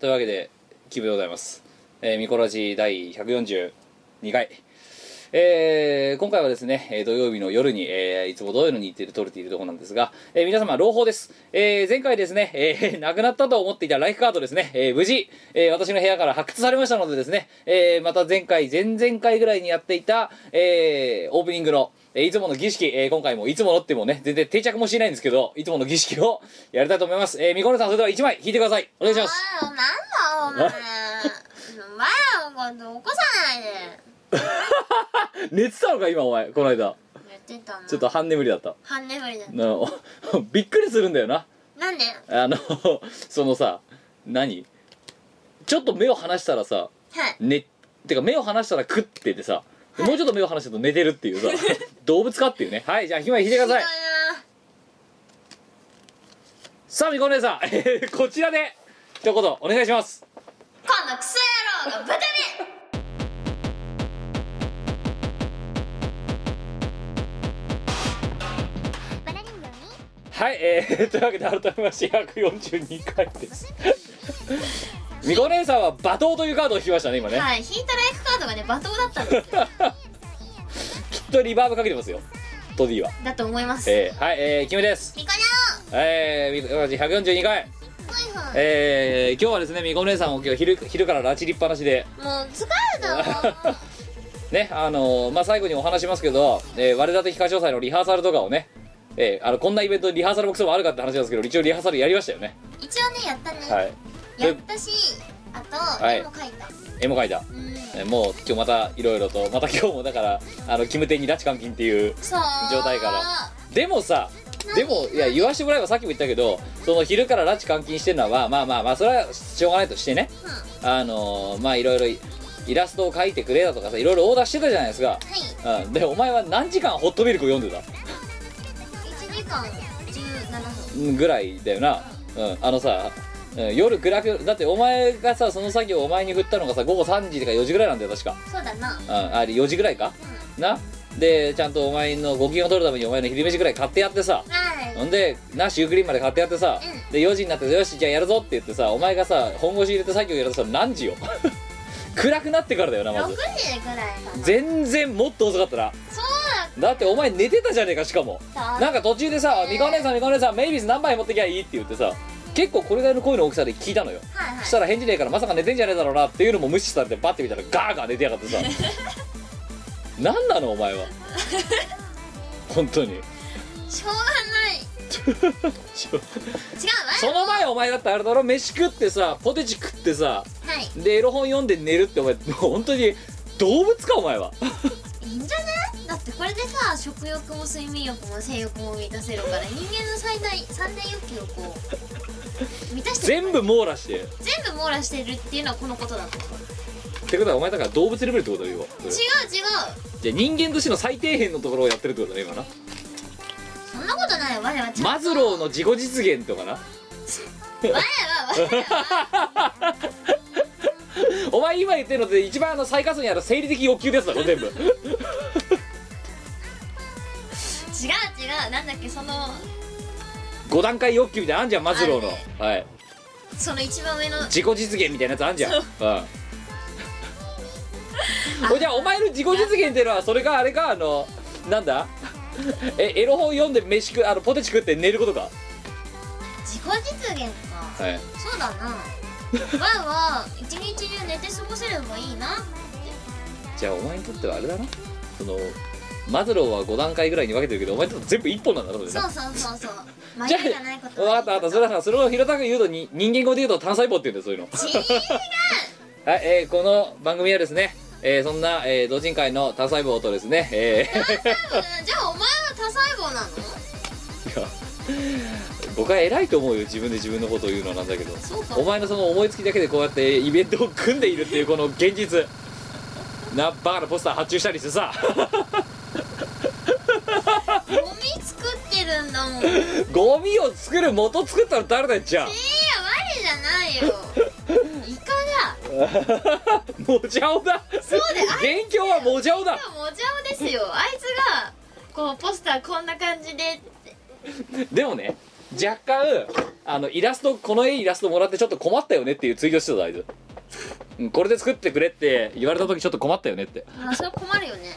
というわけで気分でございます、えーミコラジー第142回えー今回はですね、えー土曜日の夜に、えーいつも土曜日の日程で撮れているところなんですが、えー皆様、朗報です。えー前回ですね、えー 亡くなったと思っていたライフカードですね、えー無事、えー私の部屋から発掘されましたのでですね、えーまた前回、前々回ぐらいにやっていた、えーオープニングの、えーいつもの儀式、えー今回もいつものってもね、全然定着もしないんですけど、いつもの儀式をやりたいと思います。えー、ミコルさん、それでは1枚引いてください。お願いします。お前なんだお前前のこと起こさないで寝てたのか、今お前、この間。やってたのちょっと半眠りだった。半眠りだな びっくりするんだよな。なんであの そのさ何ちょっと目を離したらさはいねてか目を離したら食っててさもうちょっと目を離したと寝てるっていう さ動物かっていうねはいじゃあひま引いてくださいさあみこねえさん えーこちらで一言お願いしますこのクソ野郎が豚めバラ人形にはいえー というわけで改めまして142回 ですみこねえさんは罵倒というカードを引きましたね今ね、はい引いたライフカードがね罵倒だったんですよ きっとリバーブかけてますよトディはだと思いますえーはいえー、キムですニコニえーみこねえさん142回ョーえー、今日はですねみこ姉さんを今日昼昼から拉致りっぱなしでもう疲れたもんねあのーまあ最後にお話しますけど、えー、我立て非課長祭のリハーサルとかをね、えーあのこんなイベントでリハーサルもクソもあるかって話なんですけど一応リハーサルやりましたよね一応ねやったね、はいやったしあとはい絵も描いた、絵も描いた、うんえーもう今日またいろいろとまた今日もだからあのキムテに拉致監禁っていうそう状態からでもさでもいや言わしてもらえばさっきも言ったけどその昼から拉致監禁してるのはまあまあまあそれはしょうがないとしてねうんはあのーまあいろいろイラストを描いてくれだとかさいろいろオーダーしてたじゃないですかいうん、でお前は何時間ホットミルクを読んでた1時間17分うんぐらいだよな、うん、あのさ、うん夜暗くだってお前がさその作業をお前に振ったのがさ午後3時とか4時ぐらいなんだよ確か、そうだなうん、あれ4時ぐらいかうなでちゃんとお前のご機嫌を取るためにお前の昼飯ぐらい買ってやってさんはいほんでなシュークリームまで買ってやってさ、うんで4時になってよしじゃあやるぞって言ってさお前がさ本腰入れて作業やるとさ何時よ 暗くなってからだよなま6ず時ぐらいかな全然もっと遅かったなそうだってお前寝てたじゃねえかしかもだったなんか途中でさ「みかお姉さんみかお姉さんメイビーズ何杯持ってきゃいい?」って言ってさ結構これぐらいの声の大きさで聞いたのよはいはそいしたら返事ねえからまさか寝てんじゃねえだろうなっていうのも無視されてバッて見たらガーガー寝てやがってさ何なのお前は本当にしょうがない違うわその前お前だってあれだろ飯食ってさポテチ食ってさはいでエロ本読んで寝るってお前もう本当に動物かお前はいいんじゃねだってこれでさ食欲も睡眠欲も性欲も満た せるから人間の最大三大欲求をこ う満たして全部網羅して全部網羅してるっていうのはこのことだと思うってことはお前だから動物レベルってことだよ要は違う違うじゃあ人間としての最底辺のところをやってるってことだね今なそんなことないよ我はちゃんとマズローの自己実現とかな我は 我はお前今言ってるのって一番あの最下層にある生理的欲求ですだろ全部違う違うなんだっけその5段階欲求みたいなのあんじゃんマズローの、あるはい、その一番上の自己実現みたいなやつあんじゃん、うん、これじゃあお前の自己実現っていうのはそれかあれかあのなんだえエロ本読んで飯食うあのポテチ食って寝ることか、自己実現かはい、そうだなワンは一日中寝て過ごせればいいなじゃあお前にとってはあれだなそのマズローは5段階ぐらいに分けてるけどお前にとって全部1本なんだろうねそうそうそうそう迷じゃいがないことあ分かった分かったそれはさそれを平たく言うとに人間語で言うと単細胞って言うんだよそういうのちーはい、えーこの番組はですね、えーそんな、えー、同人会の多細胞とですね、えじゃあお前は多細胞なのーいや 僕は偉いと思うよ自分で自分のことを言うのはなんだけどそうかお前のその思いつきだけでこうやってイベントを組んでいるっていうこの現実なバカなポスター発注したりしてさ ゴミ作ってるんだ もんいやゴミを作る元作ったの誰だよ じゃあ我じゃないよイカだもじゃおだそうであ元凶はもじゃおだいつがもじゃおですよあいつがこうポスターこんな感じでってでもね若干あのイラストこの絵イラストもらってちょっと困ったよねっていうツイートしてたあいつうんこれで作ってくれって言われた時ちょっと困ったよねってあそれ困るよね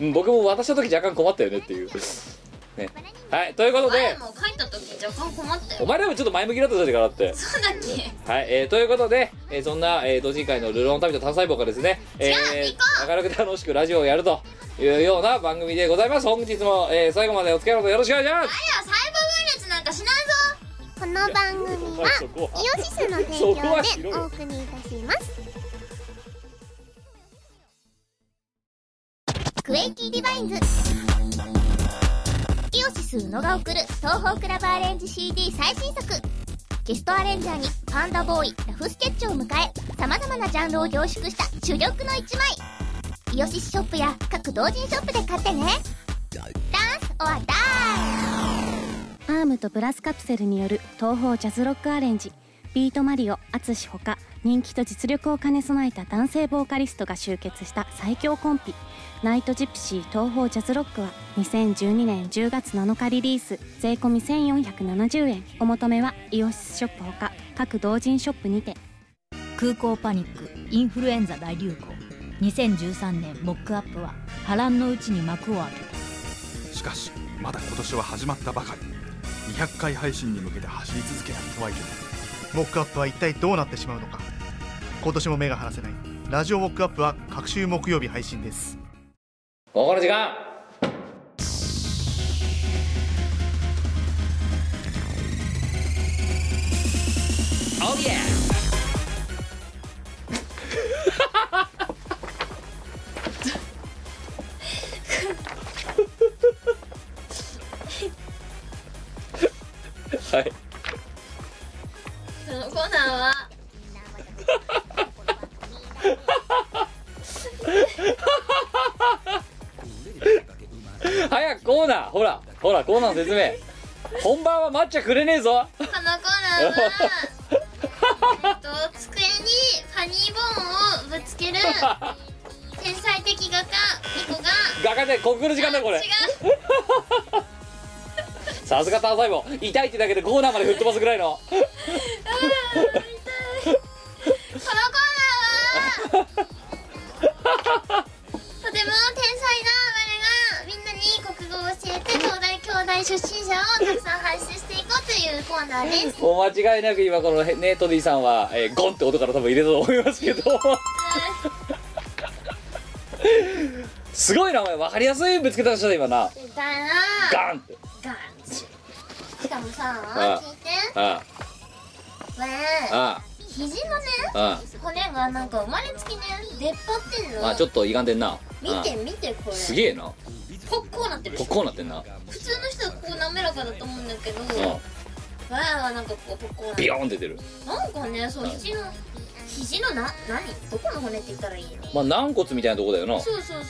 うん僕も渡した時若干困ったよねっていうねはいということ前でも書いた時若干困ったおよ前らもちょっと前向きだったじゃねえかなってそうだっけはい、えーということで、えーそんな、えー、同人会のルローン旅と単細胞がですね、え違う行こー、明るく楽しくラジオをやるというような番組でございます本日も、えー最後までお付き合いのほどよろしくお願いしまあれは細胞分す裂なんかしないこの番組は そこはイオシスの提そこは供白いでお送りいたしますクエイティディバインズイオシス宇野が送る東方クラブアレンジ CD 最新作ゲストアレンジャーにパンダボーイラフスケッチを迎え様々なジャンルを凝縮した珠玉の一枚イオシスショップや各同人ショップで買ってねダンス or ダイアームとブラスカプセルによる東方ジャズロックアレンジビートマリオ淳ほか人気と実力を兼ね備えた男性ボーカリストが集結した最強コンビナイトジプシー東方ジャズロックは2012年10月7日リリース税込み1470円お求めはイオシスショップほか各同人ショップにて空港パニックインフルエンザ大流行2013年モックアップは波乱のうちに幕を開けたしかしまだ今年は始まったばかり200回配信に向けて走り続けなくてはいけないモックアップは一体どうなってしまうのか今年も目が離せないラジオモックアップは各週木曜日配信ですここの時間 はいぞこのコーナーは早くコーナーほらほらコーナーの説明本番は抹茶くれねえぞ このコーナーはえっと机にファニーボーンをぶつける天才的画家ニコが画家で告る時間だこれ違さすが単細胞痛いってだけでコーナーまで吹っ飛ばすぐらいのうこのコーナーはとても天才な我がみんなに国語を教えて東大京大出身者をたくさん輩出していこうというコーナーですもう間違いなく今このへねトディさんは、えーゴンって音から多分入れたと思いますけどすごいなお前分かりやすいぶつけた人だ今なみたいなガンってガンしかもさあ聞いてあこれああ肘のねああ骨がなんか生まれつきね出っ張ってんのああちょっと歪んでんなあ見て見てこれすげえなこっこうなってるこでしょこうなってんな普通の人はこう滑らかだと思うんだけどわうあはなんかこうこっこうなんってビるヨーンって出てるなんかねそう肘の肘のな何どこの骨って言ったらいいのまあ軟骨みたいなとこだよなそうそうそう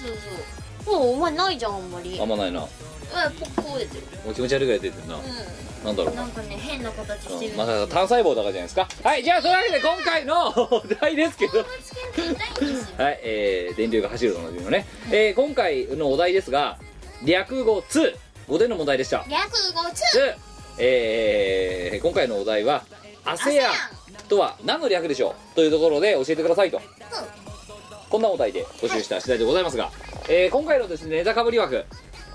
そうもうお前ないじゃんあんまりああんまないなもポッコ出てるう気持ち悪いぐらい出てるなうなんだろうんなんかね変な形してうるんまさか単細胞だからじゃないですかはいじゃあそういうわけで今回の お題ですけどつけると痛いんですよはい、えー、電流が走ると同じのね、えー、今回のお題ですが略語2語での問題でした略語2 2、えー、今回のお題は ASEAN とは何の略でしょうというところで教えてくださいと、こんなお題で募集した次第でございますが、えー、今回のですねネタかぶり枠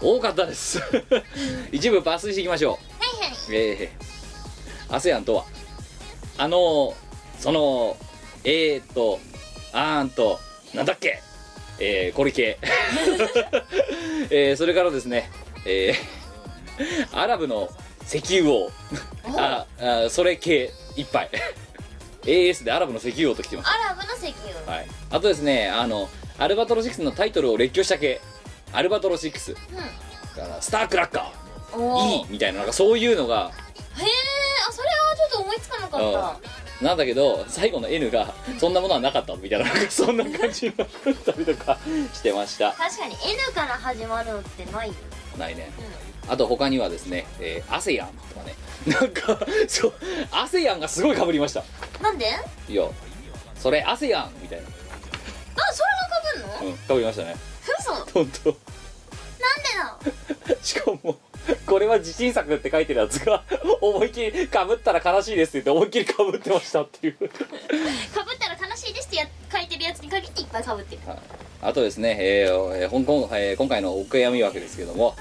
多かったです 一部抜粋していきましょはいはいうえー、ASEAN とはあのーそのえー、っとあーんとなんだっけえー、これ系、 えー、それからですねえー、アラブの石油王ああそれ系いっぱい AS でアラブの石油王と来てますアラブの石油はい、あとですねあのアルバトロ6のタイトルを列挙した系アルバトロ6からスタークラッカおーーいいみたいななんかそういうのがへえあそれはちょっと思いつかなかっなんだけど最後の N がそんなものはなかったみたいななんか そんな感じになったりとかしてましたた確かに N から始まるのってないよないねあと他にはですね、えー、アセヤンとかねなんかそうアセヤンがすごい被りましたなんであいやそれアセヤンみたいなそれがかぶんのうん被りましたね嘘なんで本当だしかもこれは自信作って書いてるやつが 思いっきりかぶったら悲しいですって言って思いっきりかぶってましたっていうかぶったら悲しいですってや書いてるやつに限っていっぱいかぶってる あとですね、えーえー香港えー今回のお悔やみ枠ですけども、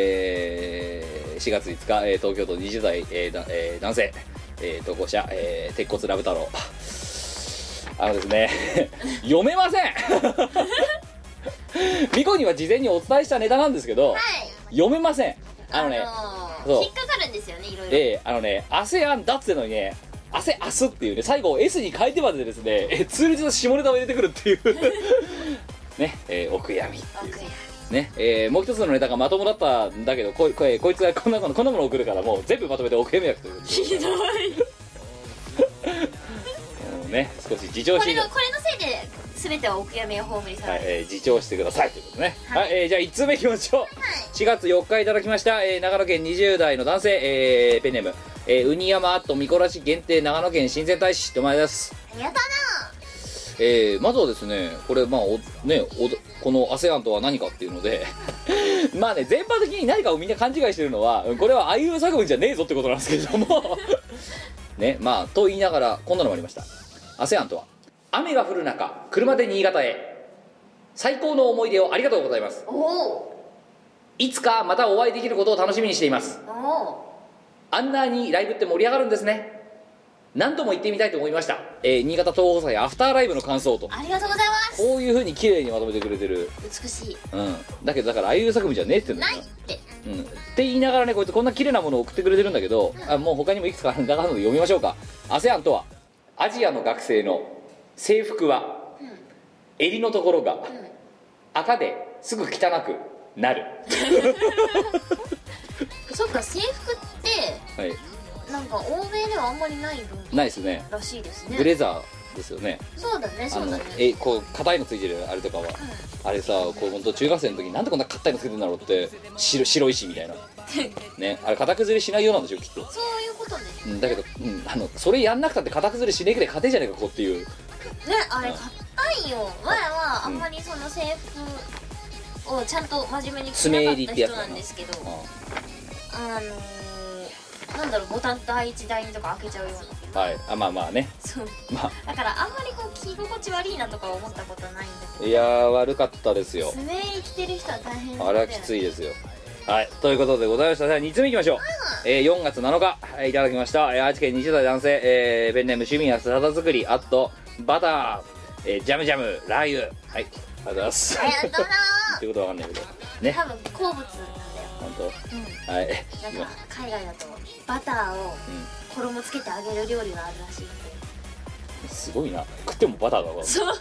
えー4月5日、えー東京都20代、えーだえー男性、えー投稿者、えー鉄骨ラブ太郎あのですね 読めません ミコには事前にお伝えしたネタなんですけど、はい読めませんあのね、そう引っかかるんですよねいろいろえーあのね「アセアンだ」っつってのにね「アセアス」っていうね最後を S に変えてまでですね、えー痛烈な下ネタを入れてくるっていう ねえーお悔やみっていうねえーもう一つのネタがまともだったんだけどこいこいこいつがこんなものこんなもの送るからもう全部まとめてお悔やみ役ということでひどい もうね少し自重こしてれいたのこれのせいで全てはお悔やみを葬りされはいる、えー自重してくださいということね、ははいいえーじゃあ1通目いきましょう、4月4日いただきました、えー長野県20代の男性、えーペンネーム、えーウニ山と見こらし限定長野県親善大使と前ですやだなえーまずはですねこれまあおねおどこの ASEAN とは何かっていうので まあね全般的に何かをみんな勘違いしてるのはうんこれはあいうえお作文じゃねえぞってことなんですけれども ねまあと言いながらこんなのもありました ASEAN とは雨が降る中車で新潟へ最高の思い出をありがとうございますおおいつかまたお会いできることを楽しみにしていますおおあんなにライブって盛り上がるんですね何度も行ってみたいと思いました、えー新潟東宝祭アフターライブの感想とありがとうございますこういうふうに綺麗にまとめてくれてる、美しいうん、だけどだからああいう作品じゃねえって言うんだないよっなてうん、って言いながらねこいつこんな綺麗なものを送ってくれてるんだけどあもう他にもいくつかあるんだから読みましょうか ASEAN とはアジアの学生の制服は襟のところが赤ですぐ汚くなる、そっか制服ってはい、なんか欧米ではあんまりない文化ないですねらしいですブねレザーですよねそうだねあそうのだねえこう硬いのついてるあれとかは、あれさこう本当中学生の時になんでこんな硬いのつけてるんだろうって白白石み たいなねあれ型崩れしないようなんでしょきっとそういうことねうんだけど、うん、あのそれやんなくたって型崩れしねえくらい勝てんじゃねえかここっていうねあれ硬いよ前はあんまりその制服をちゃんと真面目に着なかった人なんですけどああのー、なんだろうボタンと第一第二とか開けちゃうようなはいあまあまあねそうまあだからあんまりこう着心地悪いなとか思ったことないんだけいやー悪かったですどよ爪襟着てる人は大変だあれはきついいですよはいということでございましたさあ2つ目いきましょう、えー4月7日、えーいただきました、えー愛知県20代男性、えーペンネーム趣味や姿作りあとバター、えージャムジャムラー油はいありがとうございますありがとうなって ことはわかんないけどね多分好物なんだよ本当うはいんなんか海外だとバターを衣つけて揚げる料理があるらしいんですごいな食ってもバターだからそう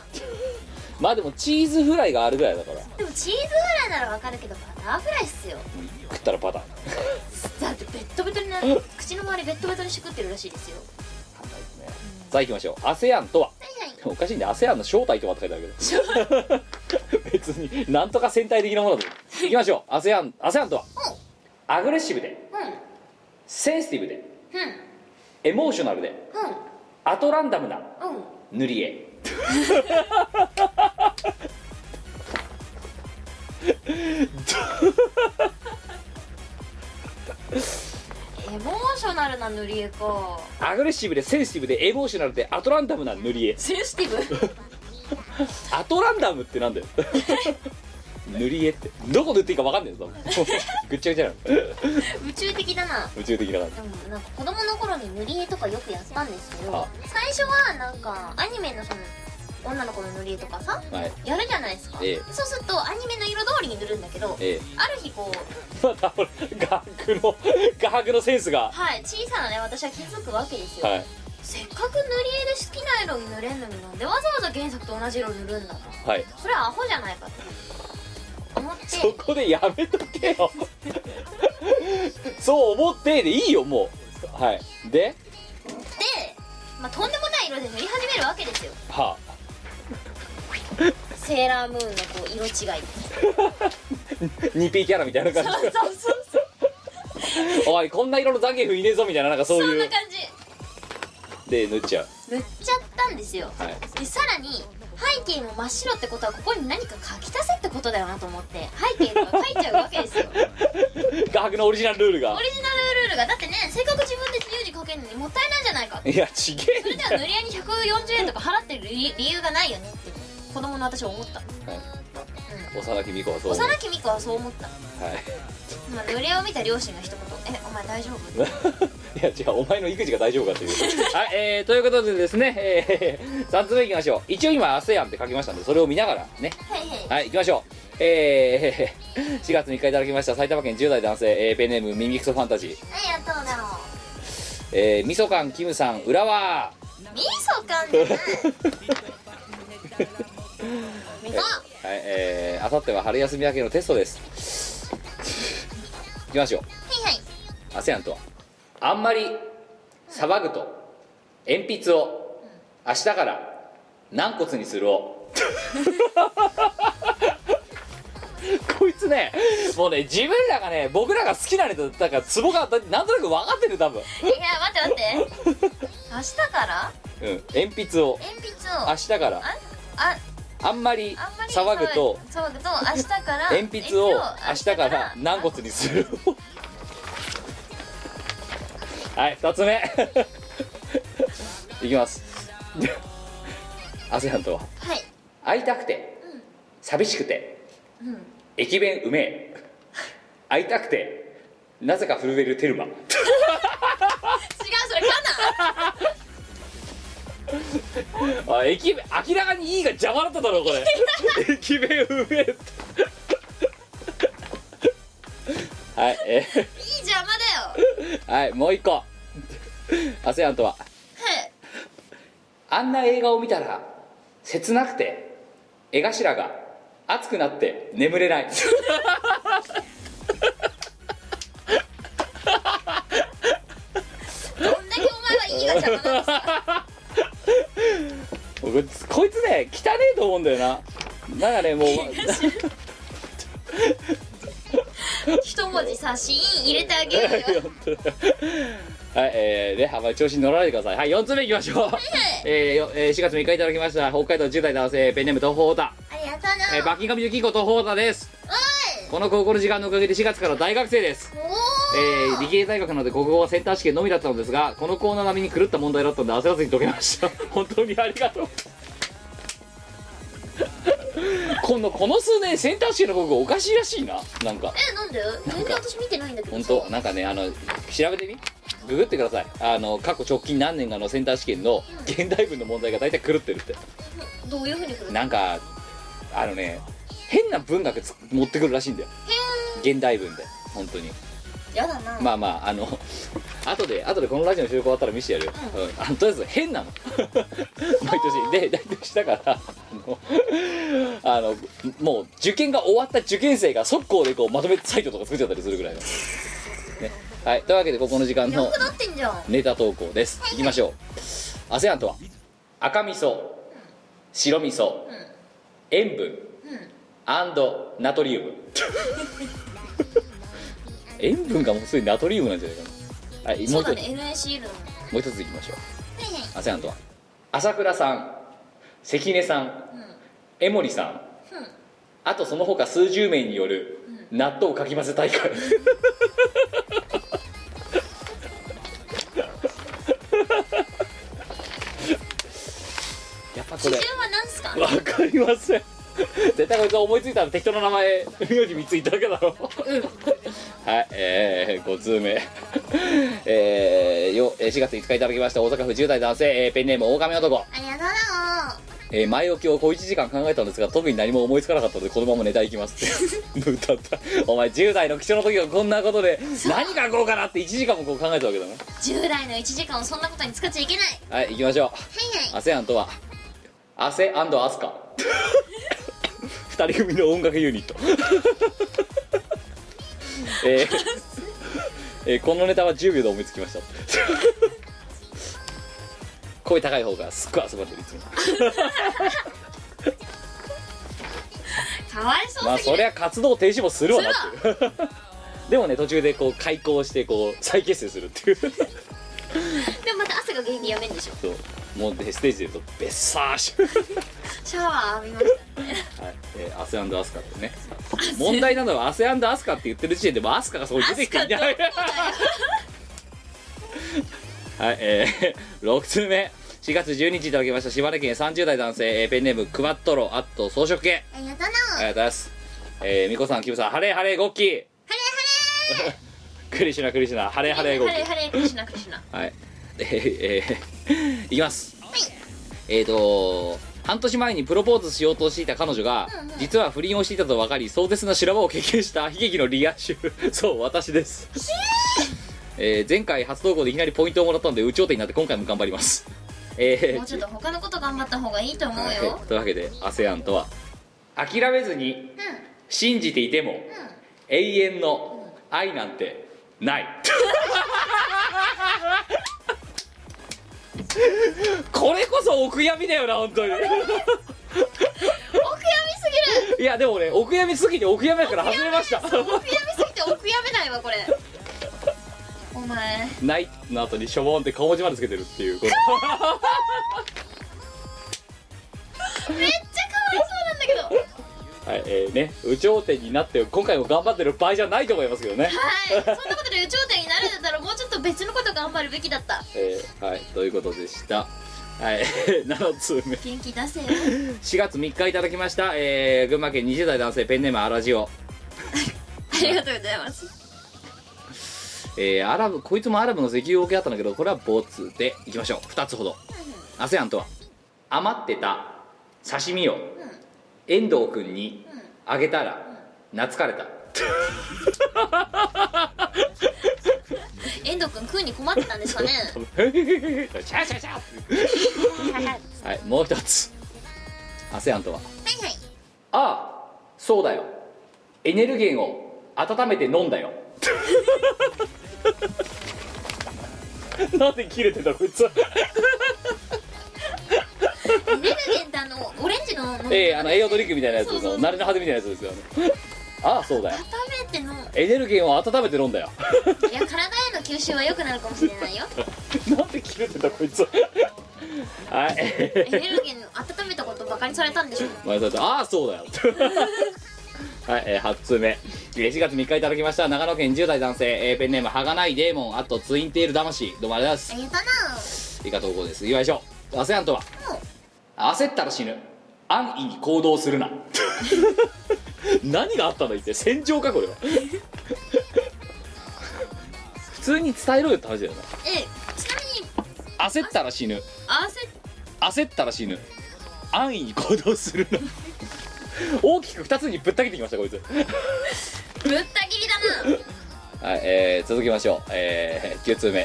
まあでもチーズフライがあるぐらいだからでもチーズフライならわかるけどバターフライっすよ食ったらバターだってベットベトになる口の周りベットベトにして食ってるらしいですよさあ行きましょう ASEAN とははいはいおかしいんで ASEAN の正体とはって書いてあるけど 別になんとか戦体的なものだと行きましょう ASEAN, ASEAN とはアグレッシブでセンシティブでエモーショナルでアトランダムなうんうんうん塗り絵エモーショナルな塗り絵かアグレッシブでセンシティブでエモーショナルでアトランダムな塗り絵セン シティブアトランダムってなんだよ 塗り絵ってどこ塗っていいか分かんないよ多分 ぐっちゃぐちゃなの宇宙的だな宇宙的な感じでもなんか子供の頃に塗り絵とかよくやったんですけあど最初はなんかアニメのその女の子の塗り絵とかさはいやるじゃないですか、ええそうするとアニメの色通りに塗るんだけど、ええある日こうまた俺画伯の画伯のセンスがはい小さなね私は気づくわけですよ、はいせっかく塗り絵で好きな色に塗れんのになんでわざわざ原作と同じ色塗るんだとはいそれはアホじゃないかと思っ てそこでやめとけよそう思ってでいいよもうはいでで、まあ、とんでもない色で塗り始めるわけですよはセーラームーンのこう色違いですあ 2P キャラみたいな感じそう そうそうおいこんな色のザンギエフいねえぞみたいななんかそうそんいなう感じで塗っちゃう塗っちゃったんですよはいでさらに背景も真っ白ってことはここに何か書き足せってことだよなと思って背景とか書いちゃうわけです よオリジナル画伯のオリジナルルールがルールがだってねせっかく自分で自由に書けるのにもったいないじゃないかいやちげそれでは塗り絵に140円とか払ってる理理由がないよねって子供の私は思ったえんだ幼き美子はそう思う幼き美子はそう思った、まあ、塗り絵を見た両親の一言「えお前大丈夫?」はいいや違うお前の育児が大丈夫かっていう はいえー、ということでですね、えー、3つ目い きましょう一応今 ASEAN って書きましたんでそれを見ながらねはいはいはい、行きましょう。えー、4月3日いただ きました埼玉県10代男性、えーペンネームミミクソファンタジー、はいありがとうだろえー、みそかんキムさん、浦和うみそかんじゃないみそはい、えー、あさっては春休み明けのテストです。行きましょ。はいはいう ASEAN とは、あんまり騒ぐと、鉛筆を、明日から軟骨にするを。 こいつねもうね自分らがね僕らが好きなネタだからツボがだなんとなく分かってる多分いや待って待って明日からうん、鉛筆を鉛筆明を日からあああんまりあんまり騒ぐと騒ぐと明日から 鉛筆を明日から軟骨にする はい2つ目 いきますアセアンとははい会いたくて寂しくてうん駅弁うめえ会いたくてなぜか震えるテルマ違うそれかあ駅弁明らかにいいが邪魔だっただろこれ 駅弁うめえってはいえーないい邪魔だよはいもう一個 ASEAN とははいあんな映画を見たら切なくて絵頭が熱くなって眠れない どんだけお前はいいが邪魔なんですか僕こいつね汚ねえと思うんだよなだからね もう一文字さシーン入れてあげるよはいえー、ねあんまり調子に乗らないでくださいはい4つ目いきましょう、えーよえー4月3日いただきました北海道10代男性ペンネーム東方太田ありがとえーうなバッキンガムユキコ東方太田ですおこの高校の時間のおかげで4月から大学生ですいおえー、ー理系大学なので国語はセンター試験のみだったのですがこのコーナー並みに狂った問題だったので焦らずに解けました 本当にあり がとうこのこの数年センター試験の国語おかしいらしいななんかえなんで全然私見てないんだけど本さ当なんかねあの調べてみググってくださいあの過去直近何年かのセンター試験の現代文の問題が大体狂ってるってどういうふうに来るのへなんかあのね変な文学つ持ってくるらしいんだよ現代文で本当にえやだなまあまああの後で後でこのラジオの収録終わったら見せてやるよ、うん、あのとりあえず変 なの毎年で大体したからあのあのもう受験が終わった受験生が速攻でこうまとめサイトとか作っちゃったりするぐらいの、ね、はいというわけでここの時間よのくなってんじゃんネタ投稿ですいきましょう ASEAN とは赤味噌白味噌、塩分、アンドナトリウム塩分がもうすでにナトリウムなんじゃないかなはいもそうう一つ、だね NACL だもんねもう一ついきましょうはいはい ASEAN とは朝倉さん関根さん、江守さん、あとその他数十名による納豆かき混ぜ大 会やっぱこ基れ準は何すかわかりません絶対こいつは思いついたら適当な名前名字3ついただけだろうはいえー、5通目えー、よえー4月5日いただきました大阪府10代男性、えーペンネームオオカミ男、ありがとうなえー前置きを小1時間考えたんですが特に何も思いつかなかったのでこのままネタいきますって無駄だお前10代の貴重な時はこんなことで何書こうかなって1時間もこう考えたわけだね10代の1時間をそんなことに使っちゃいけないははい行きましょういはい ASEAN とはアセアスカ二人組の音楽ユニットえーえーこのネタは10秒で思いつきました声高い方がすっごい遊ばれてるいつもかわいそまうあすぎそるりゃ活動停止もするわなって いうでもね途中でこう開校してこう再結成するっていうでもまた朝が原因でやめんでしょそうもうでステージで言うとベッサーシュ、シャワー浴びましたはいえー、アセアンドアスカってね問題なのはアセアンドアスカって言ってる時点でもうアスカがそこに出てきていない はいえー、6通目4月12日いただきました島根県30代男性、えーペンネームクマットロアット装飾系あやありがだなとうございます。えー、みこさん、きむさん、ハレーハレーゴッキー。 クリシュナクリシュナ、ハレーハレーゴッキー。晴れ晴れしなくしなはい。えー、えー、 いきます。えーと半年前にプロポーズしようとしていた彼女が、実は不倫をしていたと分かり壮絶な修羅場を経験した悲劇のリア充 そう私です、えー前回初投稿でいきなりポイントをもらったので有頂天になって今回も頑張りますえーもうちょっと他のこと頑張った方がいいと思うはいよというわけで ASEAN とは諦めずに信じていても永遠の愛なんてない これこそお悔やみだよな本当にお悔やみすぎるいやでもねお悔やみすぎてお悔やみだから外れましたお悔やみすぎてお悔やめないわこれお前ないの後にしょぼんって顔文字までつけてるっていうこのめっちゃかわいそうなんだけどはいえー、ね有頂天になって今回も頑張ってる場合じゃないと思いますけどねはいそんなことで有頂天になるんだったらもうちょっと別のこと頑張るべきだったえーはいということでしたはい 7通目元気出せよ4月3日いただきました、えー群馬県20代男性ペンネームアラジオ、 ありがとうございますえーアラブこいつもアラブの石油を受け合ったんだけどこれはボツでいきましょう2つほど ASEAN とは余ってた刺身を遠藤君にあげたら懐かれた遠藤君食うに困ってたんですかねシャシャシャはいもう一つ ASEAN とははいはいああそうだよエネルギーを温めて飲んだよ なんで切れてたこいつエネルゲンってあのオレンジの飲みええあの栄養ドリンクみたいなやつそうそうそのう慣れの果てみたいなやつですよねああそうだよ温めてのエネルギーを温めて飲んだよ いや体への吸収は良くなるかもしれないよなんで切れてたこいつはいエネルゲンの温めたことバカにされたんでしょ前田さんああそうだよ はい、えー、8通目えー4月3日いただきました長野県10代男性、えーペンネームはがないデーモンあとツインテール魂どうもありがとうございますあげたな以下投稿ですいきましょう ASEAN とは焦ったら死ぬ安易に行動する な何があったんだ一体戦場かこれは 普通に伝えろよって話だよええちなみにな焦ったら死ぬ合わせ焦ったら死ぬ安易に行動するな 大きく2つにぶった切ってきましたこいつぶった切りだなはい、えー続きましょう、えー9通目、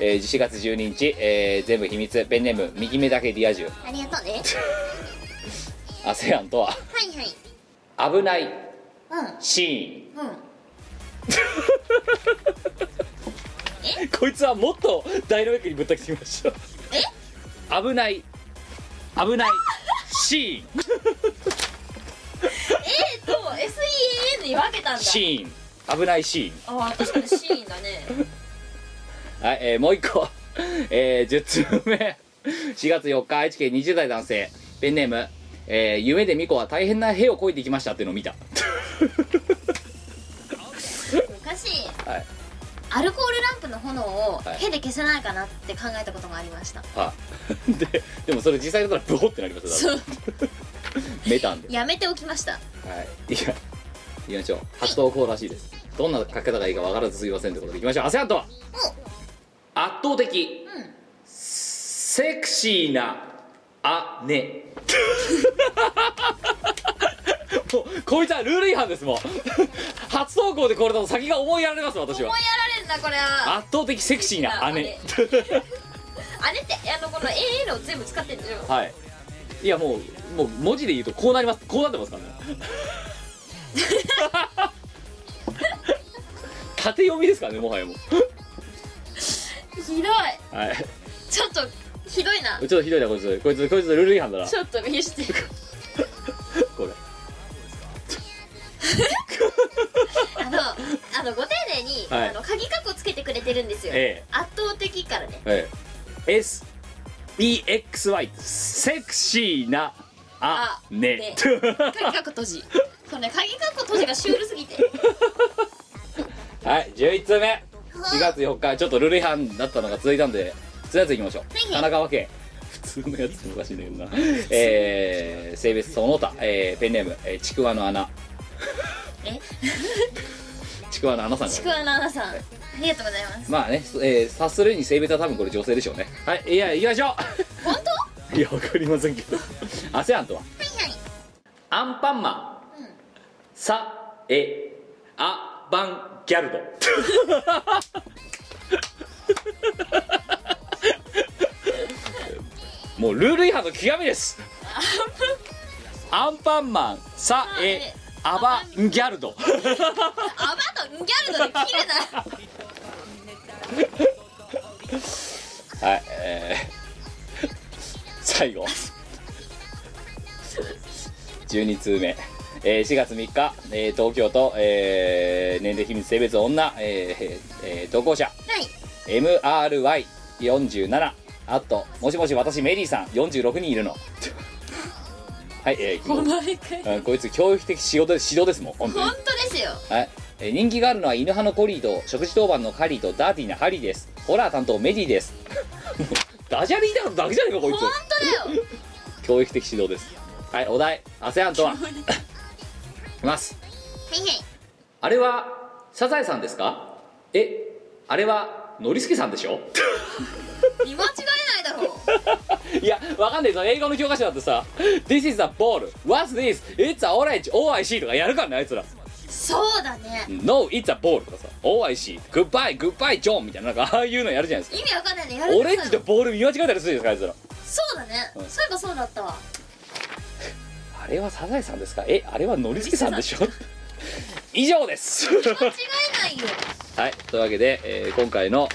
えー4月12日、えー全部秘密ペンネーム右目だけリア充ありがとうね ASEAN とははいはい危ないうんシ うんーンこいつはもっとダイナミックにぶった切りました危ない危ないシーン A と SEAN に分けたんだシーン危ないシーンああ確かにシーンだねはい、えーもう一個、えー、10通目4月4日愛知県20代男性ペンネーム、えー夢でミコは大変な兵を越えてきましたっていうのを見たおかしい、はいアルコールランプの炎をはい手で消せないかなって考えたことがありました、はい ででもそれ実際だったらブホってなりますよだってそうメタンで、やめておきましたはい、いやいきましょう発動こうらしいですどんなかけ方がいいか分からずすいませんってことでいきましょうアセアントは圧倒的、うんセクシーなあね もうこいつはルール違反ですもん 初投稿でこれだと先が思いやられます私は思いやられんなこれは圧倒的セクシーな姉姉ってあのこの AL を全部使ってるんでしょはいいやもうもう文字で言うとこうなりますこうなってますからね縦読みですからねもはやもうひどいはいちょっとひどいなちょっとひどいなこいつこいつこいつルール違反だなちょっと見してこれ あのあののご丁寧に、はいあの鍵括弧つけてくれてるんですよ、え圧倒的からねえええ SEXY セクシーなあねあ 鍵括弧閉じそうね鍵括弧閉じがシュールすぎて はい11通目4月4日ちょっとルール違反だったのが続いたんでそういうやついきましょうい神奈川県普通のやつっておかしいんだけどなえー、性別その他、えーペンネーム、えーちくわの穴え ちくわの穴さんがちくわのアナさんありがとうございますまあね、えー、察するに性別は多分これ女性でしょうねはいいや行きましょ本当う いやわかりませんけど ASEAN とははいはいアンパンマン、うんサエアバンギャ ルドもうルール違反の極みですアンパンマンサエアバンギャルドアバとギャルドで切れ ないはいえー最後12通目、えー4月3日、えー東京都、えー年齢秘密性別女、えーえー投稿者はい MRY47 あともしもし私メリーさん46人いるの はいえーお前かいうんこいつ教育的仕事で指導ですもん本当に本当ですよはい、えー人気があるのは犬派のコリーと食事当番のカリーとダーティーなハリーですホラー担当メディです もうダジャリだだけじゃないかこい本つ当だよ教育的指導ですはいお題 ASEAN とはいきますはいはいあれはサザエさんですかえあれはノリスケさんでしょ 見間違えないだろういやわかんないぞ英語の教科書だってさ「This is a ball What's this? It's a orange OIC」とかやるからねあいつらそうだね「No it's a ball」とかさ「OIC Goodbye Goodbye John」みたいななんかああいうのやるじゃないですか意味わかんないねやるオだレンジとボール見間違えたりするじゃないですかあいつそうだね、うんそういえばそうだったわらあれはサザエさんですかえあれはノリスケさんでしょ以上です 間違えないよはいというわけで、えー今回の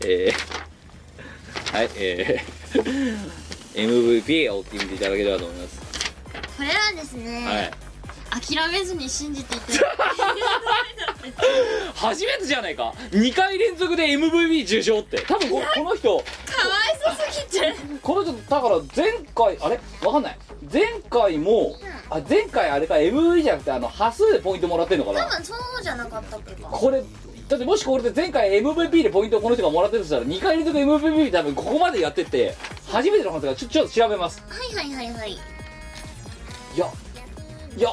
えーはいえー MVP を決めていただければと思います、これはですね、はい諦めずに信じていただきたい初めてじゃないか2回連続で MVP 受賞って多分ここの人かわいそすぎてこの人だから前回あれわかんない前回もあ前回あれか MVP じゃなくてあの端数でポイントもらってんのかな多分そうじゃなかったっけかこれだってもしこれで前回 MVP でポイントをこの人がもらってるとしたら2回連続 MVP 多分ここまでやってって初めての話だからちょちょっと調べますはいはいはいはいいやいや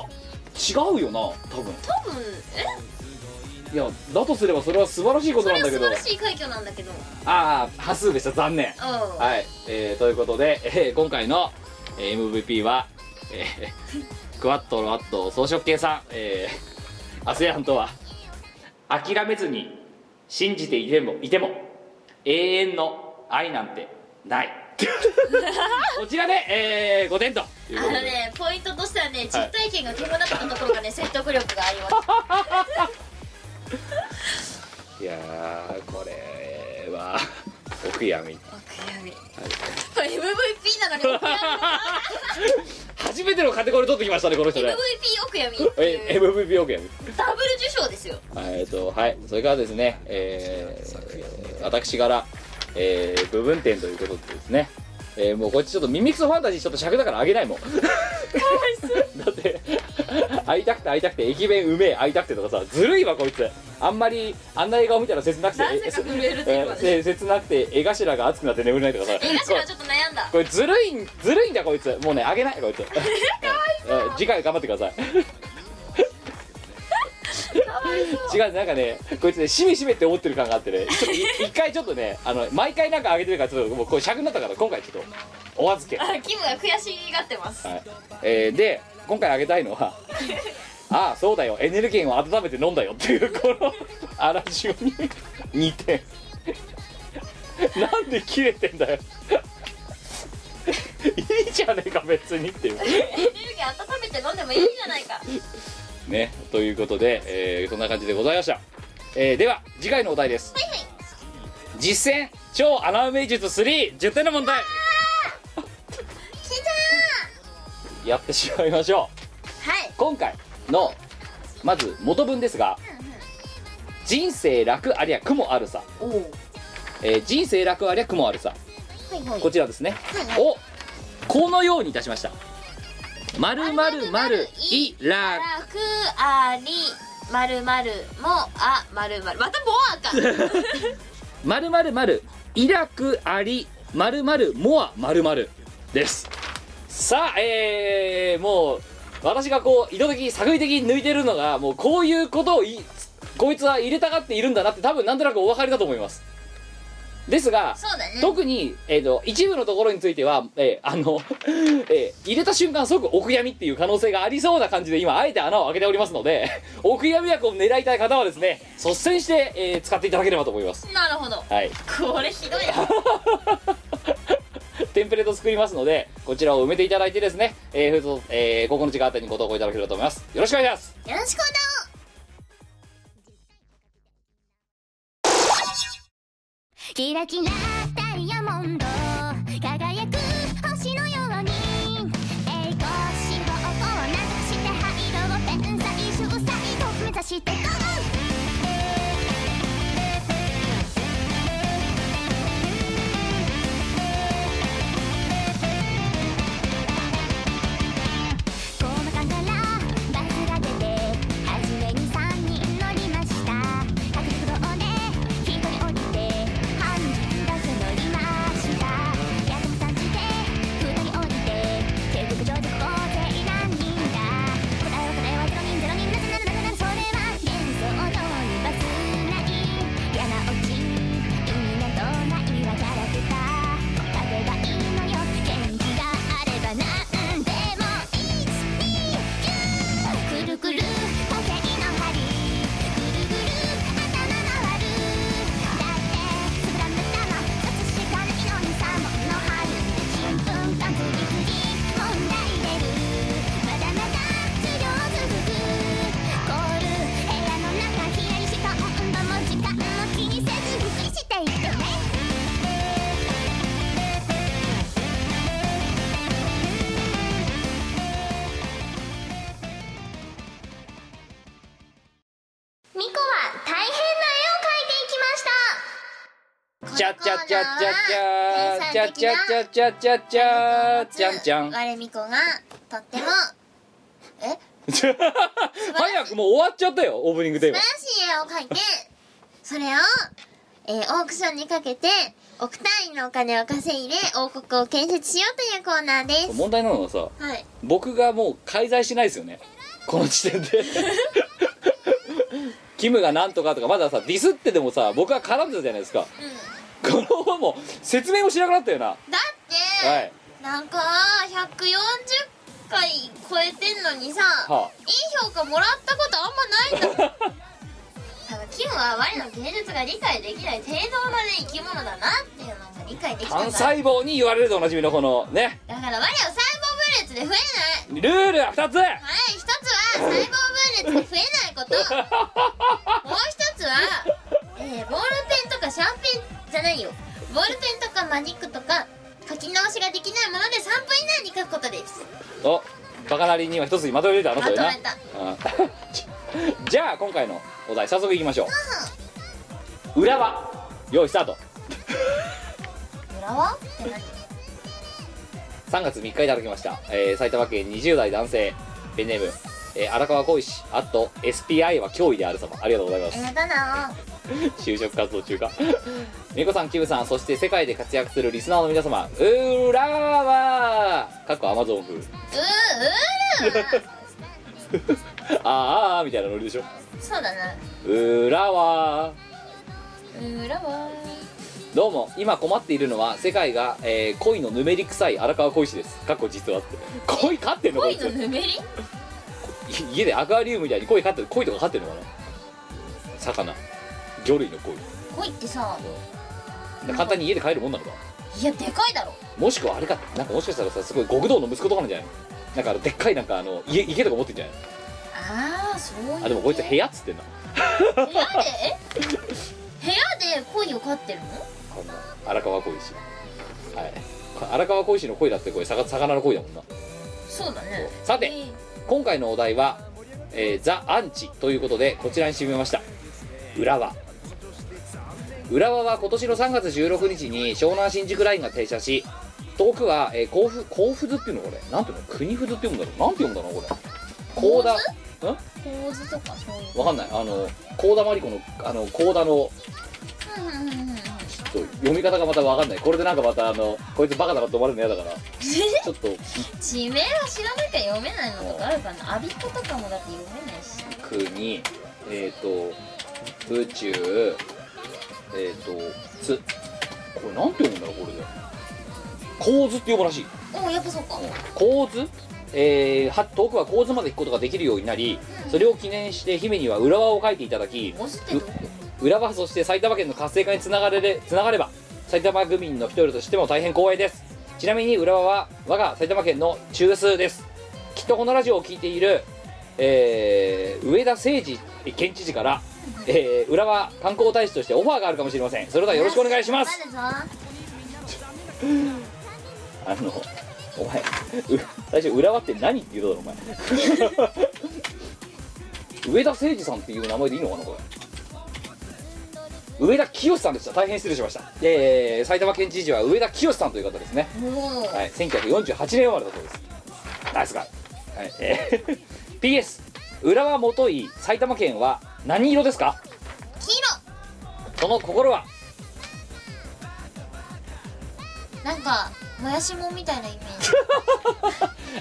違うよな多分多分えいやだとすればそれは素晴らしいこそとなれんだはけ素ど晴らしい快挙なんだけどうああ端数でした残念んははい、えーということで、えー今回の、えー MVP は、えークワットロワット草食系さん、えー、ASEAN とは諦めずに信じていてもいても永遠の愛なんて ないこちらで、え5点というあこのとでねポイントとしてはね実体験が伴ったところがね、説得力がありましいやーこれはお悔やみた悔や みこれ MVP なのにお悔や 初めてのカテゴリー取ってきましたねこの人みね MVP お悔やみってえいう MVP お悔やみダブル受賞ですよえー、とはいそれからですね、えー、私から、えー、部分点ということでですね、えー、もうこっちちょっとミミクソファンタジーちょっと尺だからあげないもんかわい そうだって会いたくて会いたくて駅弁うめえ会いたくてとかさずるいわこいつあんまりあんな映画を見たら切なくてなぜか震えるっていうかねえー切なくて絵頭が熱くなって眠れないとかさ映画らちょっと悩んだこれずるいんずるいんだこいつもうねあげない こいつうん次回頑張ってください違うなんかねこいつねしめしめって思ってる感があってねちょっとい一回ちょっとねあの毎回なんかあげてるからちょっともうこれ尺になったから今回ちょっとお預け、はあキムが悔しがってますいえーで今回あげたいのはああそうだよエネルギーを温めて飲んだよっていうこのあらじに2点なんで切れてんだよいいじゃねえか別にっていうエネルギー温めて飲んでもいいじゃないかねということで、えーそんな感じでございました、えーでは次回のお題です、実践超穴埋め術310点の問題やってしまいましょうはい今回のまず元文ですが、人生楽ありゃ苦もあるさ、おおえー人生楽ありゃ苦もあるさはいはいこちらですねはいはいをこのようにいたしましたまるまるまるいら楽ありまるまるもあまるまるまたボアかまるまるまるイラクありまるまるモアまるまるですさあえー、もう私がこう意図的作為的に抜いてるのがもうこういうことをいこいつは入れたがっているんだなって多分なんとなくお分かりだと思いますですがそうだね特に、えー、と一部のところについては、えーあの えー入れた瞬間即お悔やみっていう可能性がありそうな感じで今あえて穴を開けておりますので お悔やみ役を狙いたい方はですね率先して、えー使っていただければと思いますなるほどはいこれひどいテンプレート作りますのでこちらを埋めていただいてですね、えー、ふと、えー、ここの時間あたりにご投稿いただければと思いますよろしくお願いしますよろしくキラキラダイヤモンド輝く星のように栄光志望をなくして廃炉を天才秀才と目指して GO! ごまかからバスが出て初めに3人乗りました角度で一人降りて半人だけ乗りましたやつも感じて二人降りて結局上手大勢何人だ答えは答えはゼロ人ゼロ人なぜならなぜならそれは幻想のにバスない嫌なオチ意味などないわキャラクター風がいいのよ元気があればなんでもいいくるくる時計の針ぐるぐる頭回るだってつぶらんでたのつしかないのにさもの春新聞間次々問題出るまだまだ治療続く凍る部屋の中ひやりした温度も時間も気にせずゆっくりしていってねミコは大変な絵をど描いていきましたチャチャチャチャチャチャチャチャャチャチャチャチャンチャン我みこがとってもえ早くもう終わっちゃったよオープニングテー素晴らマしい絵を描いてそれを、えーオークションにかけて億単位のお金を稼いで王国を建設しようというコーナーです問題なのはさはい僕がもう介在しないですよねこの時点でキムがなんとかとかまださディスってでもさ僕は絡んでたじゃないですか、このままもう説明もしなくなったよなはだって、いなんか140回超えてんのにさ、はいい評価もらったことあんまないん だもん多分キムは我の芸術が理解できない程度まで生き物だなっていうのも理解できたから単だから細胞に言われるとおなじみのこのね我は細胞分裂で増えないルールは2つはい一つは細胞分裂で増え ないこともう一つは、えーボールペンとかシャーペンじゃないよボールペンとかマジックとか書き直しができないもので3分以内に書くことですおバカなりに今一つにまとめてたあの 人よなまとめたうんじゃあ今回のお題早速いきましょう裏は用意スタート裏はって何3月3日いただきました、えー埼玉県20代男性ペンネーム、えー荒川浩石あと SPI は脅威である様ありがとうございますえー、だなぁ就職活動中か みこさんキムさんそして世界で活躍するリスナーの皆様うらわーかっこアマゾン風うーうーらあーあーみたいなノリでしょそうだなうらわーうらはどうも今困っているのは世界が、えー恋のぬめり臭い荒川小石ですかっこ実はって恋飼ってんのこい恋つのぬめりい家でアクアリウムみたいに鯉飼ってる鯉とか飼ってるのかな魚魚類の鯉恋ってさ簡単に家で飼えるもんなのかいやでかいだろもしくはあれかなんかもしかしたらさすごい極道の息子とかなんじゃないのなんかあのでっかいなんかあの家池とか持ってんじゃないああそういうのあでもこいつ部部屋っつってんな屋でえ部屋で恋を飼ってるのこんな荒川小石はいこ荒川小石の鯉だってこれさか魚の鯉だもんなそうだねさてえー今回のお題は、えーザ・アンチということでこちらにしてみました、浦和浦和は今年の3月16日に湘南新宿ラインが停車し遠くは、えー、甲府甲府図っていうのこれなんていうの国府図って読むんだろうなんて読むんだろうこれ甲田ん構図とかそういうわかんないあの甲田真理子のあの甲田のうんうんうんうんちょっと読み方がまたわかんないこれでなんかまたあのこいつバカだから止まるの嫌だからちょっと地名は知らなきゃ読めないのとかあるかなアビコとかもだって読めないし国えっ、と宇宙えっ、とつこれなんて読むんだろうこれで構図って呼ぶらしいおやっぱそうか構図えーは遠くは構図まで行くことができるようになりそれを記念して姫には浦和を書いていただきボスってどこ浦和そして埼玉県の活性化につながれれつながれば埼玉区民の一人としても大変光栄ですちなみに浦和は我が埼玉県の中枢ですきっとこのラジオを聞いている、えー上田誠二県知事から、えー浦和観光大使としてオファーがあるかもしれませんそれではよろしくお願いします頑張るぞあのお前う最初浦和って何って言うだろお前 上田誠二さんっていう名前でいいのかなこれ上田清さんでした大変失礼しましたえー、埼玉県知事は上田清さんという方ですね、もうはい、1948年生まれだそうですナイスガイ、はいえー PS 浦和元井埼玉県は何色ですか黄その心は色なんかもやしもんみたいなイメージ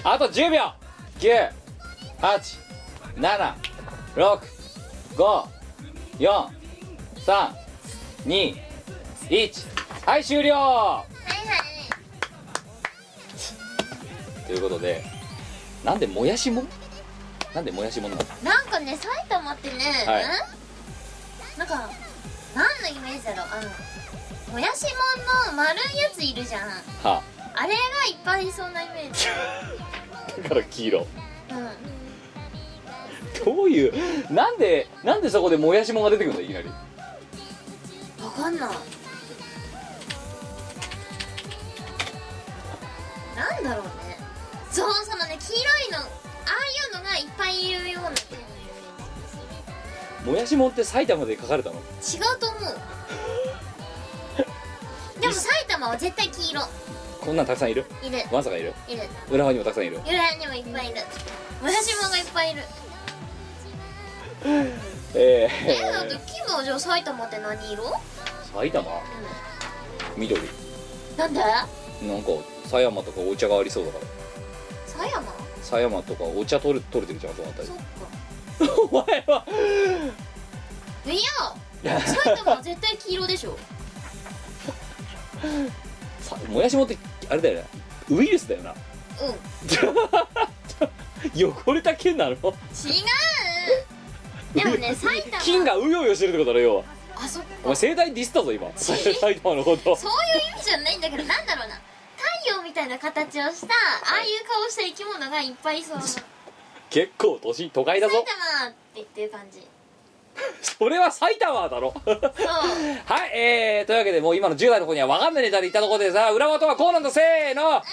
あと10秒9 8 7 6 5 4 3 2 1はい終了はいはいということでなんでもやしもなんでもやしもなのなんかね埼玉ってね、はいなんか何のイメージだろうあのもやしもんの丸いやついるじゃんはあれがいっぱいいそうなイメー ジだから黄色うんどういうなんでなんでそこでもやしもが出てくるんだいきなりわかんないなんだろうねそうそのね黄色いのああいうのがいっぱいいるようなもやしもんって埼玉で書かれたの違うと思うでも埼玉は絶対黄色こんなんたくさんいるいるまさかいるいる浦和にもたくさんいる由来にもいっぱいいるもやしもんがいっぱいいるええだ ってキムはじゃあ埼玉って何色ー、埼玉緑なんでなんか狭山とかお茶がありそうだから狭山狭山とかお茶取る取れてるじゃんその辺りそっかお前はいや 埼玉は絶対黄色でしょさもやしもってあれだよねウイルスだよなうん違う汚れた菌なのでも ね埼玉菌がうようよしてるってことだろ要はあそっお前かそう生態ディスったぞ今埼玉のこという意味じゃないんだけどなんだろうな太陽みたいな形をしたああいう顔した生き物がいっぱいいそうな埼結構都心都会だ玉ぞって言ってる感じそれは埼玉だろそうはいえー、というわけでもう今の10代の子には分かんないネタで言ったところでさ裏元はこうなんだせーの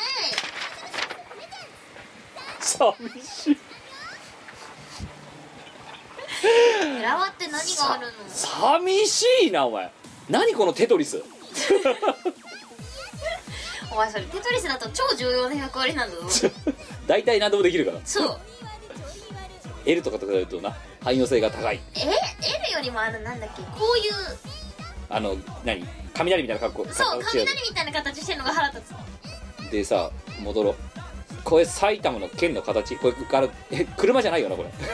寂しいうん浦和って何があるの寂しいなお前何このテトリスお前それテトリスだと超重要な役割 なんだぞ大体何でもできるからそう L とかと比べるとな汎用性が高いえ L よりもあのなんだっけこういうあの何雷みたいな格好そう格好違雷みたいな形してるのが腹立つでさ戻ろうこれ埼玉の県の形これからえ車じゃないよなこれ違う 違う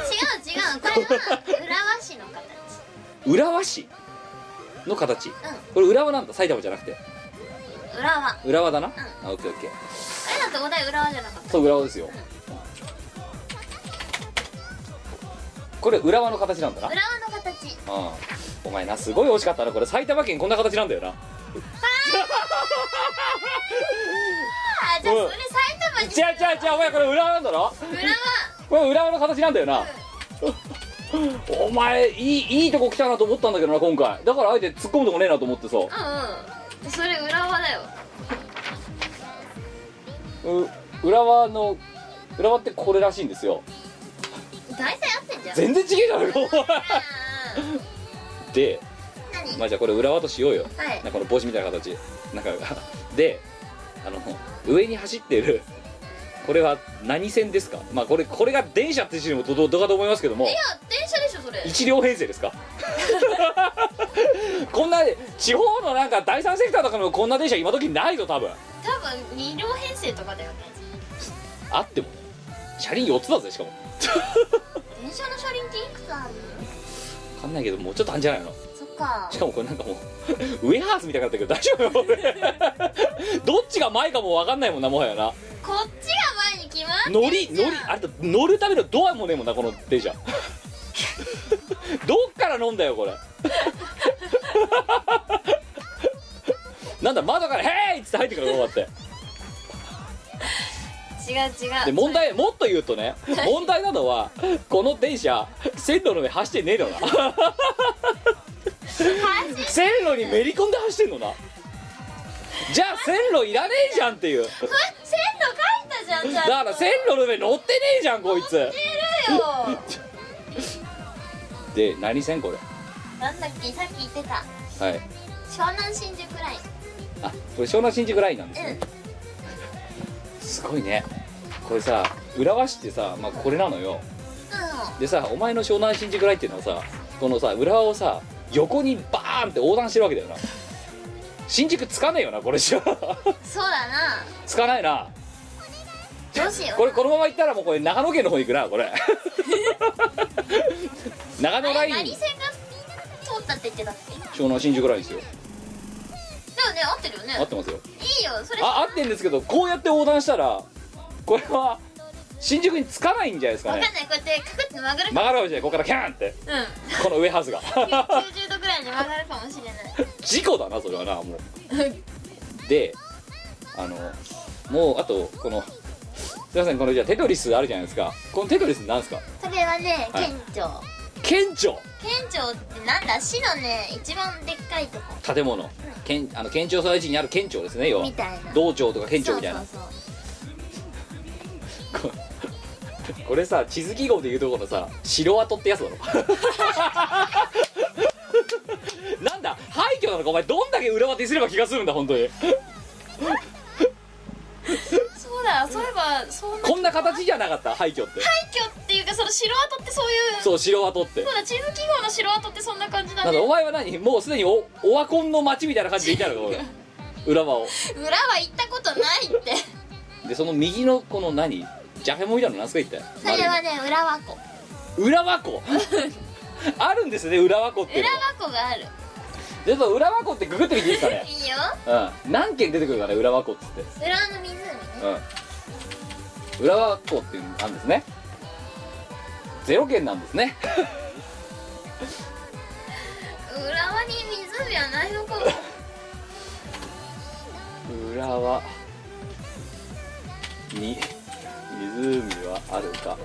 これは浦和市の形浦和市の形、んこれ浦和なんだ埼玉じゃなくて浦和あ浦和だな、あオッケーオッケーれだってお題浦和じゃなかっそう浦和ですよこれ浦和の形なんだなた浦和の形うんお前なすごい惜しかったなこれ埼玉県こんな形なんだよなあーじゃあそれ埼玉に違う違う違うお前これ浦和なんだろ浦これ浦和の形なんだよな、お前いいいいとこ来たなと思ったんだけどな今回だからあえて突っ込むとこねえなと思ってさ和うんうんそれ浦和だよう浦和の浦和ってこれらしいんですよ大体合ってんじゃん全然違うじゃないかお前あーで何まあじゃあこれ裏渡ししようよはいなんかこの帽子みたいな形なんかであの上に走ってるこれは何線ですかまあこれこれが電車っていうのもどどどうかと思いますけどもあ電車でしょそれ一両編成ですか こんな地方のなんか第三セクターとかのこんな電車今時ないぞ多分多分二両編成とかだよねあってもね車輪4つだぜしかも電車の車輪っていくつある分かんないけどもうちょっとあんじゃないのそっかしかもこれなんかもうウェハースみたいになったけど大丈夫よこれ どっちが前かも分かんないもんなもはやなこっちが前に決まって乗りんじ乗ゃんりあれだ乗るためのドアもねえもんなこの電車 どっから飲んだよこれ なんだ窓から「ヘイ!」っつって入ってくるのこうだって違う違うで問題もっと言うとね問題なのはこの電車線路の上走ってねえのな線路にめり込んで走ってんのなじゃあ線路いらねえじゃんっていう線路書いたじゃんちだゃんとから線路の上乗ってねえじゃんこいつ乗ってるよで何線これなんだっけさっき言ってたはい湘南新宿ラインあこれ湘南新宿ラインなんですうねん、すごいねこれさ浦和市ってさ、まあ、これなのようでさお前の湘南新宿ラインっていうのはさこのさ浦和をさ横にバーンって横断してるわけだよな新宿つかねえよなこれじゃんそうだなつかないなどうしようこれこのまま行ったらもうこれ長野県の方行くな これ長野あラれイン何線が通ったって言ってたっけでもね湘南新宿ラインですよ合ってるよね合ってますよいいよそれあ合ってんですけどこうやって横断したらこれは新宿につかないんじゃないですかわかんねないこうやってかくって曲がるか曲がるかもしれないここからキャーンってうんこのウェハースが 90度ぐらいに曲がるかもしれない事故だなそれはなも うであのもうあとこのすいませんこのじゃあテトリスあるじゃないですかこのテトリスなんですかそれはねはい県県庁、庁県庁ってなんだ市のね一番でっかいとこ建物県あの県庁所在地にある県庁ですね要はみたいな道庁とか県庁みたいなそうそうそうここれさ地図記号でいうところのさ城跡ってやつだろ なんだ廃墟なのかお前どんだけ裏当てすれば気がするんだ本当にそうだそういえばそんなこんな形じゃなかった廃墟って廃墟っていうかその城跡ってそういうそうそう城跡ってだ地図記号の城跡ってそんな感じだなんだねお前は何もうすでにおオワコンの街みたいな感じでいたのか俺浦和を裏は行ったことない ってでその右のこの何ジャフェモみたいなの何すか言ったよそれはね裏和湖浦和 湖あるんですね浦和湖っていう裏のは和湖があるちょっと浦和湖ってググってみていいですかねいいようん何件出てくるかね浦和湖っつって裏の湖ねうん浦和湖っていうのなんですねゼロ件なんですね裏和に湖はないのかも浦和に湖はあるか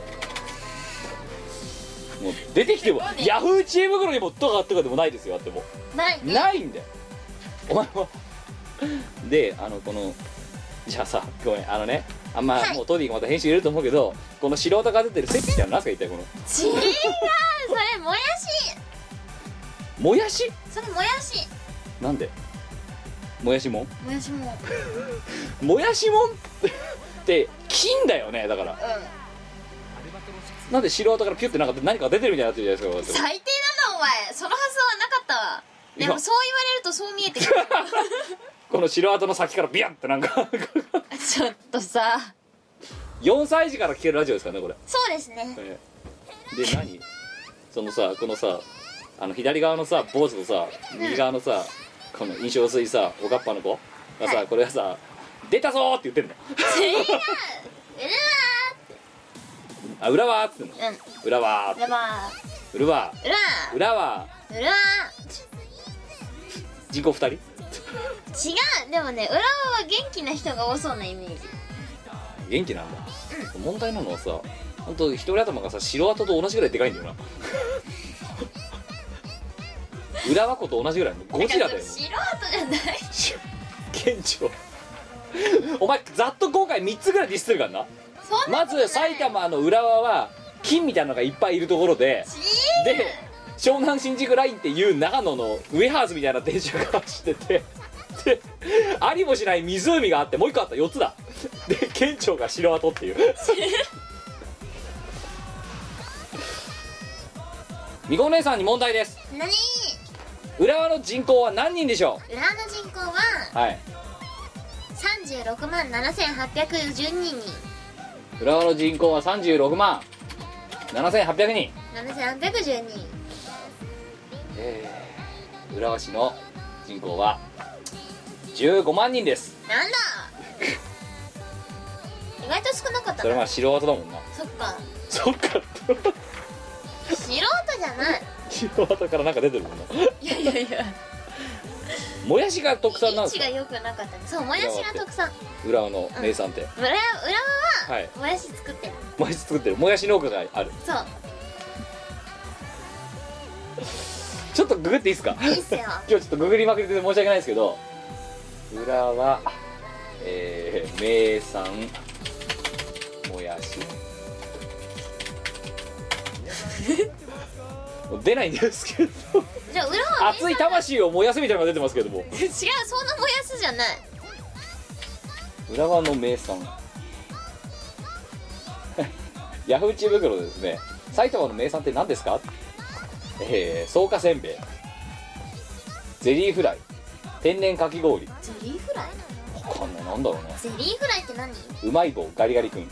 もう出てきてもヤフー知恵袋にもとかあったかでもないですよあってもないねないんだよお前はであのこのじゃあさごめんあのねあんま、はいもうトディがまた編集入れると思うけどこの素人が出てるセッみたいなの何すか一体この違うそれもやしもやしそれもやしなんでもやしもんもやしももやしもんって金だよねだからうなんで素人からピュってなんか何かが出てるみたいになってるじゃないでんすかこうやっ最低だなお前その発想はなかったわでいやもそう言われるとそう見えてく るてこの素人の先からビャンってなんかちょっとさ4歳児から聞けるラジオですからねこれそうですねええで何そのさこのさあの左側のさ坊主とさ右側のさこの印象薄いさおかっぱの子がさ、はいこれがさ「出たぞ!」って言ってんの違う「あ裏は」っつってんの裏はうん「裏は裏は」 「裏は」「裏裏は裏は」人口2人違うでもね裏は元気な人が多そうなイメージ元気なんだ、問題なのはさ本当一人頭がさ白跡と同じぐらいでかいんだよな 浦和湖と同じぐらいのゴジラだよだからそれ素人じゃない県庁お前ざっと今回3つぐらいディスってるからなそんな まことないず埼玉の浦和は金みたいなのがいっぱいいるところでちで湘南新宿ラインっていう長野のウェハースみたいな電車が走っててでありもしない湖があってもう一個あった4つだで県庁が城跡 っていうみこお姉さんに問題です何浦和の人口は何人でしょ浦和の人口はうはい36万7812人浦和の人口は36万7800人7812人えー浦和市の人口は15万人ですなんだ意外と少なかったそれはなまあ城跡だもんなそっかそっか素人じゃない城跡からなんか出てるもんないやいやいやもやしが特産位なんで置すがか良くなかったねそうもやしが特産浦和の名産って、裏裏ははいもやし作ってるもやし作ってるもやし農家があるそうちょっとググっていいですかいい っすよ今日ちょっとググりまくりで申し訳ないですけど浦和えー、名産もや しもう出ないんですけどじゃあ裏は熱い魂を燃やすみたいなのが出てますけども 違うそんなもやしじゃない浦和の名産 ヤフー知恵袋でですね埼玉の名産って何ですかえー、草加せんべいゼリーフライ天然かき氷わゼリーフライかんないなんだろうねゼリーフライって何うまい棒ガリガリ君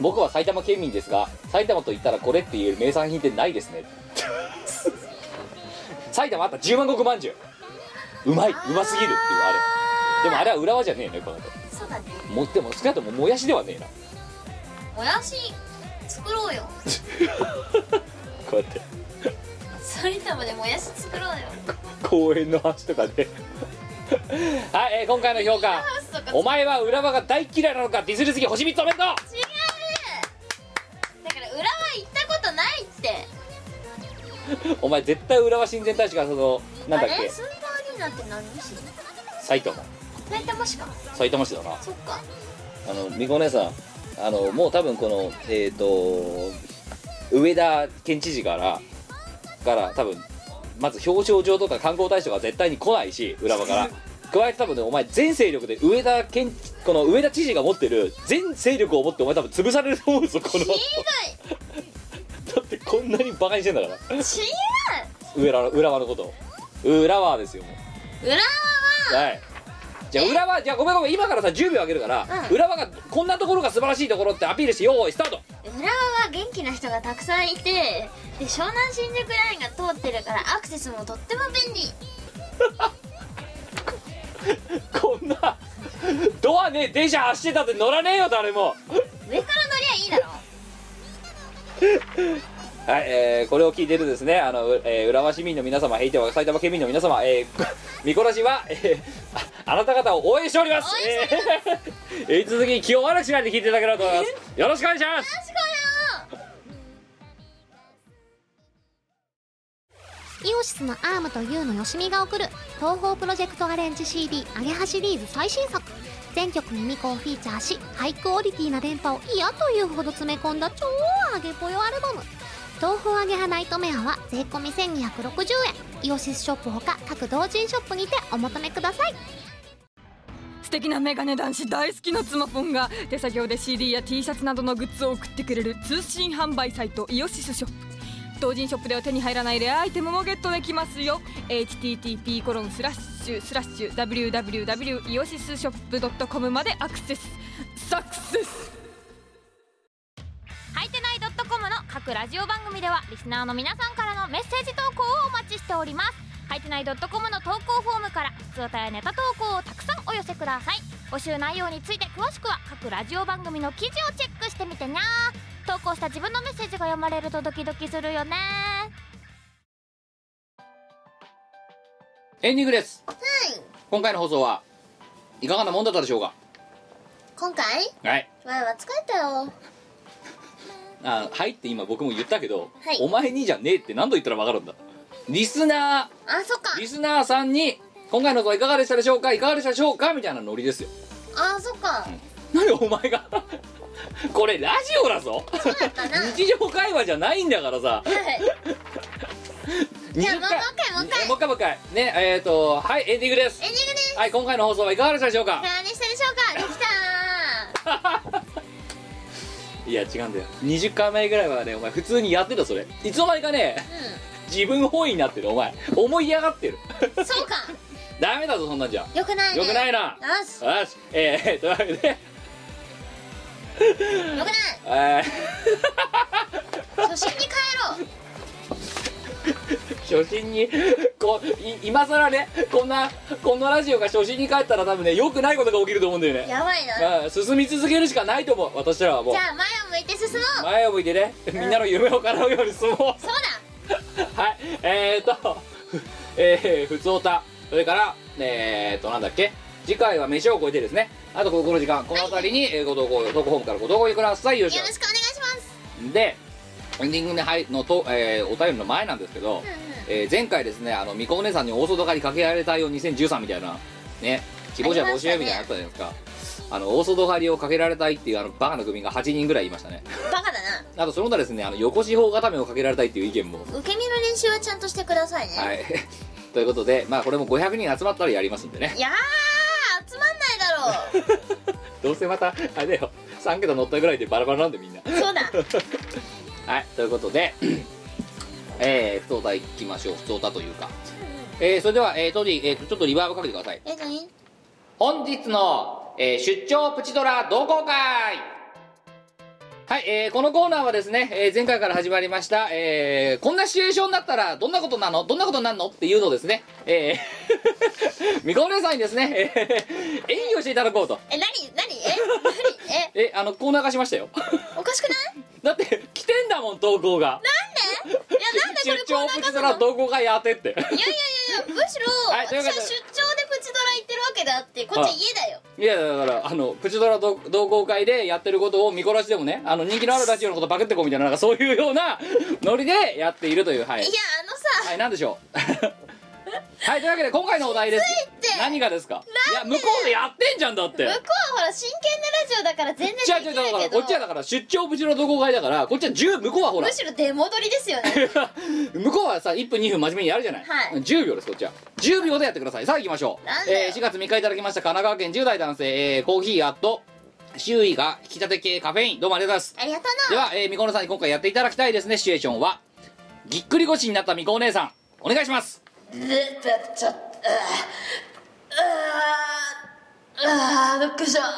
僕は埼玉県民ですが埼玉と言ったらこれって言える名産品ってないですね 埼玉あった十万石まんじゅううまいうますぎるっていうあれでもあれは浦和じゃねえのよこの後そうだねもでも少なくとももやしではねえなもやし作ろうよこうやって埼玉でもやし作ろうよ公園の端とかで はい、えー今回の評価ハウスとかお前は浦和が大嫌いなのかディスりすぎ星3つおめでとう違うだから裏は行ったことないってお前絶対浦和親善大使がそのなんだっあれけスーパーアリーナって何市埼玉埼玉市か埼玉市だなそっかあのみこお姉さんあのもう多分このえっ、と上田県知事からから多分まず表彰状とか観光大使とか絶対に来ないし浦和から加えて多分ねお前全勢力で上田県この上田知事が持ってる全勢力を持ってお前多分潰されると思うぞこの違だってこんなにバカにしてんだからう違う浦和の浦和のことを浦和ですよも裏はうはいじゃあ浦和じゃあごめんごめん今からさ10秒あげるから、うん浦和がこんなところが素晴らしいところってアピールしてよーいスタート浦和は元気な人がたくさんいてで湘南新宿ラインが通ってるからアクセスもとっても便利こんなドアねえ電車走ってたって乗らねえよ誰も上から乗りゃいいだろはい、えーこれを聞いてるですねあの、うえー浦和市民の皆様ひいては埼玉県民の皆様、えー、 見殺しは、えーああなた方を応援しております応援えー引き続き気を悪くしないで聞いていただければと思いますよろしくお願いしますイオシスのアームとユーのよしみが送る東宝プロジェクトアレンジ CD アゲハシリーズ最新作全曲ミミコをフィーチャーしハイクオリティな電波を嫌というほど詰め込んだ超アゲぽよアルバム東宝アゲハナイトメアは税込1260円イオシスショップほか各同人ショップにてお求めください素敵なメガネ男子大好きの妻ポンが手作業で CD や T シャツなどのグッズを送ってくれる通信販売サイトイオシスショップ同人ショップでは手に入らないレアアイテムもゲットできますよ http コロンスラッシュスラッシュ www イオシスショップ .com までアクセスサクセスはいてない .com の各ラジオ番組ではリスナーの皆さんからのメッセージ投稿をお待ちしておりますはいてない .com の投稿フォームから普通歌やネタ投稿をたくさんお寄せください募集内容について詳しくは各ラジオ番組の記事をチェックしてみてにゃー投稿した自分のメッセージが読まれるとドキドキするよねエンディングです今回の放送はいかがなもんだったでしょうか今回はい前は疲れたよあはいって今僕も言ったけど、はいお前にじゃねえって何度言ったら分かるんだリスナあそっか ーリスナーさんに今回の動画いかがでしたでしょうかいかがでしたでしょうかみたいなノリですよあそっか何お前が これラジオだぞそうだったなは日常会話じゃないんだからさい20じゃ回あもうもう一回ももうう一回一回もう一回ねえっ、とはいエンディングですエンディングですはい今回の放送はいかがでしたでしょうかいかがでしたでしょうかできたいや違うんだよ20回前ぐらいはねお前普通にやってたそれいつの間にかね自分本位になってるお前思いやがってるーうんそうかダメだぞそんなんじゃよくないねよくないなよしよしえー、というわけでよくないえ初心に帰ろうー、初心に こい今更ねこんなこのラジオが初心に帰ったら多分ねよくないことが起きると思うんだよねやばいなじゃまあ、進み続けるしかないと思う私らはもうあ前を向いて進もう前を向いてねみんなの夢を叶うように進もうそう だはい、えーと、 ふえー、ふつおた、それから、えーと、なんだっけ、次回は飯を超えてですね、あとここの時間、この辺りに、えーご投稿、投稿ホームからご投稿ください、よろしよろしくお願いしますく。で、エンディングで、はい、のと、えーお便りの前なんですけど、えー前回ですね、あの、みこお姉さんに大外刈りかけられたよう2013みたいな、ね、希望者募集みたいなのあったじゃないですか。あの大外刈りをかけられたいっていうあのバカな組が8人ぐらいいましたねバカだなあとその他ですねあの横四方固めをかけられたいっていう意見も受け身の練習はちゃんとしてくださいね、、はい い。ということで、まあこれも500人集まったらやりますんでね。やー集まんないだろどうせまた、あれだよ、3桁乗ったぐらいでバラバラなんでみんな。うそうだはい、ということで、 えー、不登た行きましょう。不登たというか。えー、それでは、えー、当時、えー、ちょっとリバーブかけてください。え何本日の、えー出張プチドラ同好会はい、えーこのコーナーはですね、えー前回から始まりました、えーこんなシチュエーションだったらどんなことなのどんなことになるのっていうのをですね、えー、 みこお姉さんにですね、えー演技をしていただこうと。え何何 え何ええ、あの、コーナー化しましたよ。おか しくないだって、来てんだもん、投稿が。なんでいやなんでこれ出こ張んなプ感チじドなラの投稿会やってって。いやいやいやいやむしろ、 はいという私こはとで出張でプチドラ行ってるわけであってこっち家だよ、いやだからあのプチドラ同同好会でやってることを見殺しでもねあの人気のあるラジオのことバクってこうみたいななんかそういうようなノリでやっているというはいい、やあのさ、はい、なんでしょう はいというわけで今回のお題ですついって何がですかいや向こうでやってんじゃんだって向こうはほら真剣なラジオだから全然でき違なう違うだかいらけこどっちはだから出張プチドラ同好会だからこっちは10向こうはほらむしろ出戻りですよね 向こうはさ1分2分真面目にやるじゃない、はい10秒ですこっちは10秒でやってくださいさあ行きましょうなんだよえー4月3日いただきました神奈川県10代男性、えーコーヒーアット周囲が引き立て系カフェインどうもありがとうございますありがとうでなは、えー、みこねさんに今回やっていただきたいですねシチュエーションはぎっくり腰になったみこお姉さんお願いしますででちょっとうーうーうーびっくりしたは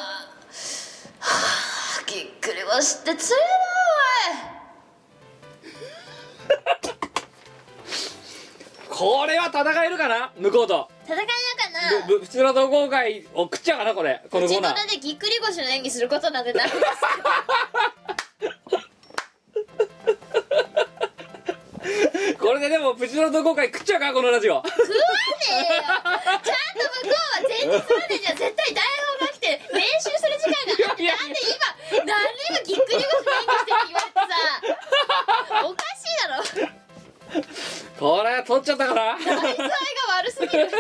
あぎっくり腰ってつれなこれは戦えるかな向こうとおい戦えなかなぶぶ普通の同好会を食っちゃうかなこれこのコプチードナーラでぎっくり腰の演技することなんてないです よこれででもプチドラ同好会食っちゃうかこのラジ オ食わねえよちゃんと向こうは前日までじゃ絶対台本が来て練習する時間があっていやいやなんで今何今ぎっくり腰の演技してって言われてさおかしいだろこれ取っちゃったかな愛想合いが悪すぎる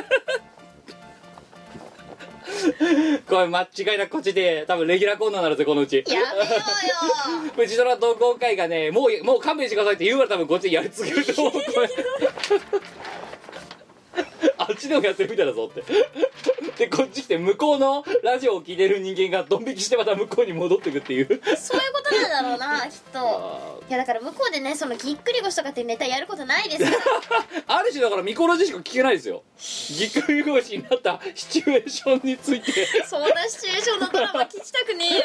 これ間違いなくこっちで多分レギュラーコーナーになるぜこのうちやめようよプチドラ同好会がねもうもう勘弁してくださいって言うから多分こっちでやり続けると思う これあっちでもやってるみたいだぞってでこっち来て向こうのラジオを聞いてる人間がドン引きしてまた向こうに戻ってくっていうそういうことなんだろうなきっとあいやだから向こうでねそのぎっくり腰とかっていうネタやることないですからーある種だからミコロジしか聞けないですよぎっくり腰になったシチュエーションについてそんなシチュエーションのドラマ聞きたくねえよ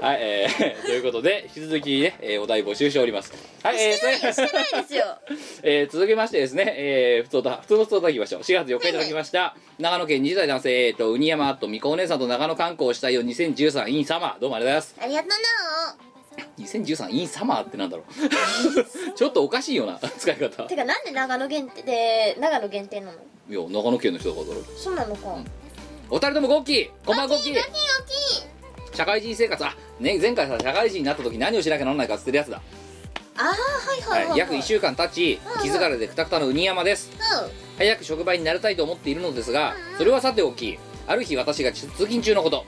はいえー、ということで引き続きね、えーお題募集しておりますはい えーしてないよしてないですよえー続きましてですね、えー、普通だ、普通の普通だきましょう。4月4日いただきました。長野県20代男性、えーと、ウニヤマとみこお姉さんと長野観光をしたいよ2013インサマー。どうもありがとうござありがとうないます。2013インサマーってなんだろう。 ちょっとおかしいよな、使い方。てかなんで長野限定で長野限定なのいや、長野県の人だからだろ。そうなのかお二人ともゴッキーこんばんはゴッキー大きい大きい社会人生活、あ、ね、前回さ、社会人になった時何をしなきゃならないかっつってるやつだ。ああはいはいはい、は、はいい、約1週間経ち、気づかれてくたくたのウニヤマです。うん早く職場になりたいと思っているのですがそれはさておきある日私が通勤中のこと、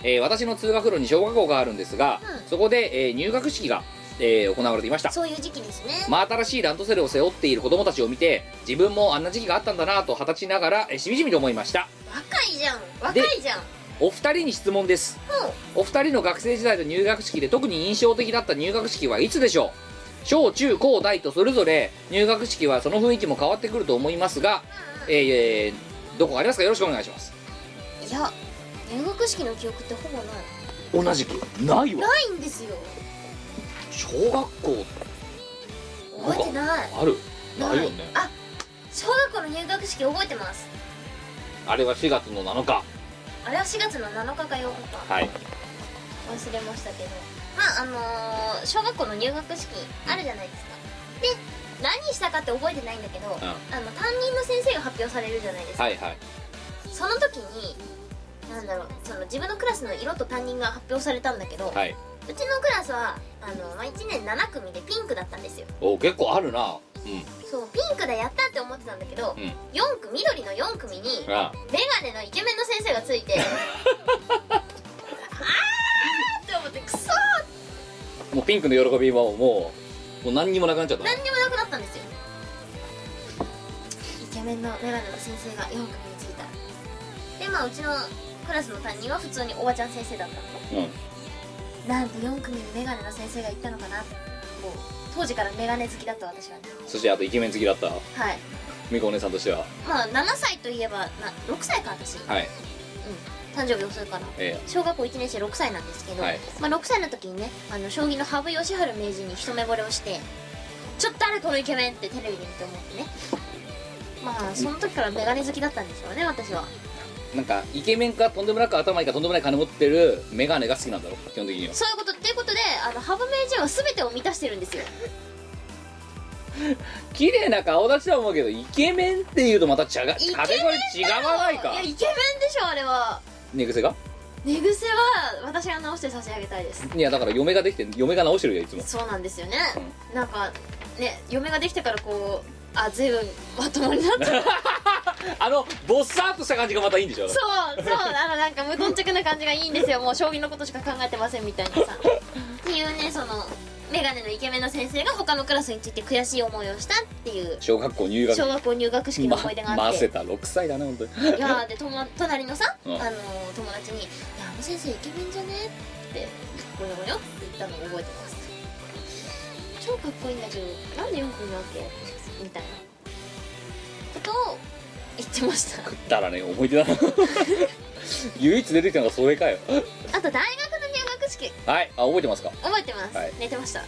うんえー私の通学路に小学校があるんですが、うんそこで、えー入学式がえー行われていましたそういう時期ですね真新しいランドセルを背負っている子供たちを見て自分もあんな時期があったんだなと二十歳ながらえーしみじみと思いました若いじゃん若いじゃんお二人に質問ですお二人の学生時代と入学式で特に印象的だった入学式はいつでしょう小中高大とそれぞれ入学式はその雰囲気も変わってくると思いますが、えーえーどこかありますかよろしくお願いしますいや入学式の記憶ってほぼない同じくないわないんですよ小学校覚えてないあるなないいよねあ小学校の入学式覚えてますあれは4月の7日あれは4月の7日か8日かはい忘れましたけどまああのー小学校の入学式あるじゃないですかで何したかって覚えてないんだけど、あの担任の先生が発表されるじゃないですか、はいはいその時になんだろうその自分のクラスの色と担任が発表されたんだけど、はいうちのクラスはあの、まあ、1年7組でピンクだったんですよお結構あるなうんそうピンクだやったって思ってたんだけど、うん4組緑の4組にあメガネのイケメンの先生がつい てあーって思ってクソーもうピンクの喜びはもうもう何にもなくなっちゃった何にもなくなったんですよイケメンのメガネの先生が4組についたでまあうちのクラスの担任は普通におばちゃん先生だったのねうんなんて4組にメガネの先生が言ったのかなってこう当時からメガネ好きだった私はねそしてあとイケメン好きだったはいみこお姉さんとしてはまあ7歳といえばな6歳か私、はい誕生日遅いからえ小学校1年生6歳なんですけど、はいまあ、6歳の時にねあの将棋の羽生善治名人に一目惚れをしてちょっと誰このイケメンってテレビで見て思って ねまあその時からメガネ好きだったんでしょうね私はえなんかイケメンかとんでもなく頭いいかとんでもない金持ってるメガネが好きなんだろう基本的にはそういうことっていうことであの羽生名人は全てを満たしてるんですよ綺麗な顔立ちだと思うけどイケメンっていうとまた違がイケメンだカテゴリー違わないかいやイケメンでしょあれは寝癖が寝癖は私が直して差し上げたいですいやだから嫁ができて嫁が直してるよいつもそうなんですよねなんかね嫁ができてからこうあ随分まともになったあのボッサーっとした感じがまたいいんでしょそうそうあのなんか無頓着な感じがいいんですよもう将棋のことしか考えてませんみたいなさっていうねそのメガネのイケメンの先生が他のクラスについて悔しい思いをしたっていう小学校入学小学校入学式の思い出があまっ回てせ、た6歳だね本当にいやーでとも隣のさ、うんあのー友達に「いやあの先生イケメンじゃね?」って「ごよごよ」って言ったのを覚えてます超かっこいいんだけどなんで4組なわけみたいなことを言ってましただからね思い出だな 唯一出てきたのがそれかよあと大学の入学式はいあ覚えてますか覚えてます、はい寝てました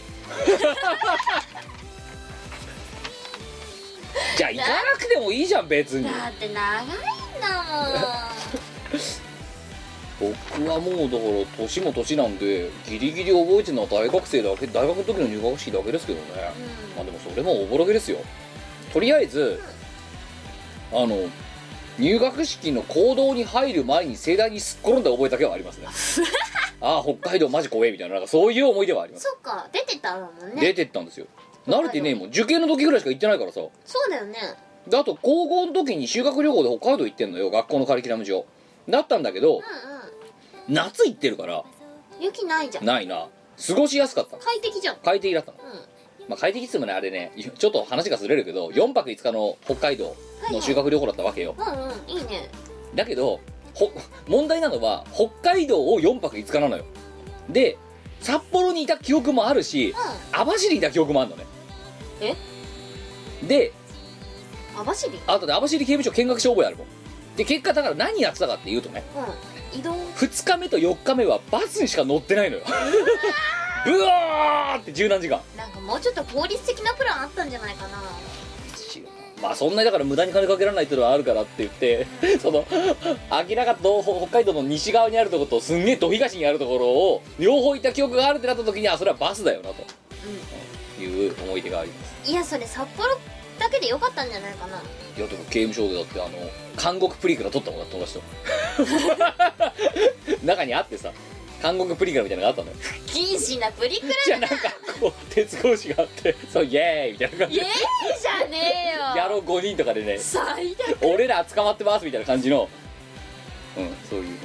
じゃあ行かなくてもいいじゃん別にだって長いん だ僕はもうだから年も年なんでギリギリ覚えてるのは大学生だけ大学の時の入学式だけですけどね、もん、まあでもそれもおぼろげですよとりあえずあの入学式の行動に入る前に盛大にすっ転んだ覚えだけはありますね ああ北海道マジ怖えみたいななんかそういう思い出はありますそっか出てたもんね出てったんですよ慣れてねえもん受験の時ぐらいしか行ってないからさそうだよねであと高校の時に修学旅行で北海道行ってんのよ学校のカリキュラム上だったんだけどう夏行ってるからんうん雪ないじゃんないな過ごしやすかった快適じゃんうん快適だったの、まあ、快適っつってもねあれねちょっと話がずれるけど4泊5日の北海道の修学旅行だったわけようんうんいいねだけどほ問題なのは北海道を4泊5日なのよで札幌にいた記憶もあるし網走にいた記憶もあるのねえでうん網走あとで網走刑務所見学し覚えあるもんで結果だから何やってたかっていうとねうん移動2日目と4日目はバスにしか乗ってないのよブワーって十何時間なんかもうちょっと効率的なプランあったんじゃないかなまあそんなにだから無駄に金かけられないっていうのはあるからって言ってその明らかと北海道の西側にあるところとすんげえど東にあるところを両方行った記憶があるってなった時にあそれはバスだよなと、いう思い出がありますいやそれ札幌だけでよかったんじゃないかないやでも刑務所でだってあの監獄プリクラ撮ったもんだ友達と中にあってさ監獄プリクラみたいなのがあったのよ禁止なプリクラじゃあなんかこう鉄格子があってそうイエーイ みたいな感じイエでーイじゃねえよやろう5人とかでね最悪俺ら捕まってますみたいな感じのうんそういう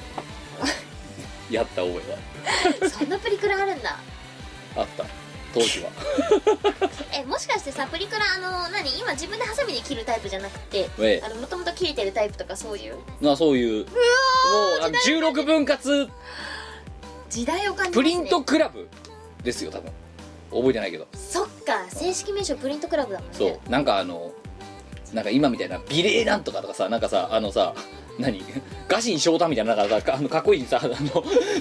やった覚えそんなプリクラあるんだがあった当時はえもしかしてサプリクラあの何今自分でハサミで切るタイプじゃなくてええあのもともと切れてるタイプとかそういうまあそういうもうあの16分割時代を感じます、プね、リントクラブですよ多分覚えてないけどそっか正式名称プリントクラブだもんねそうなんかあのなんか今みたいな美麗なんとかとかさなんかさあのさ何 ガシン翔太みたいななんかさかあのかっこいいさあの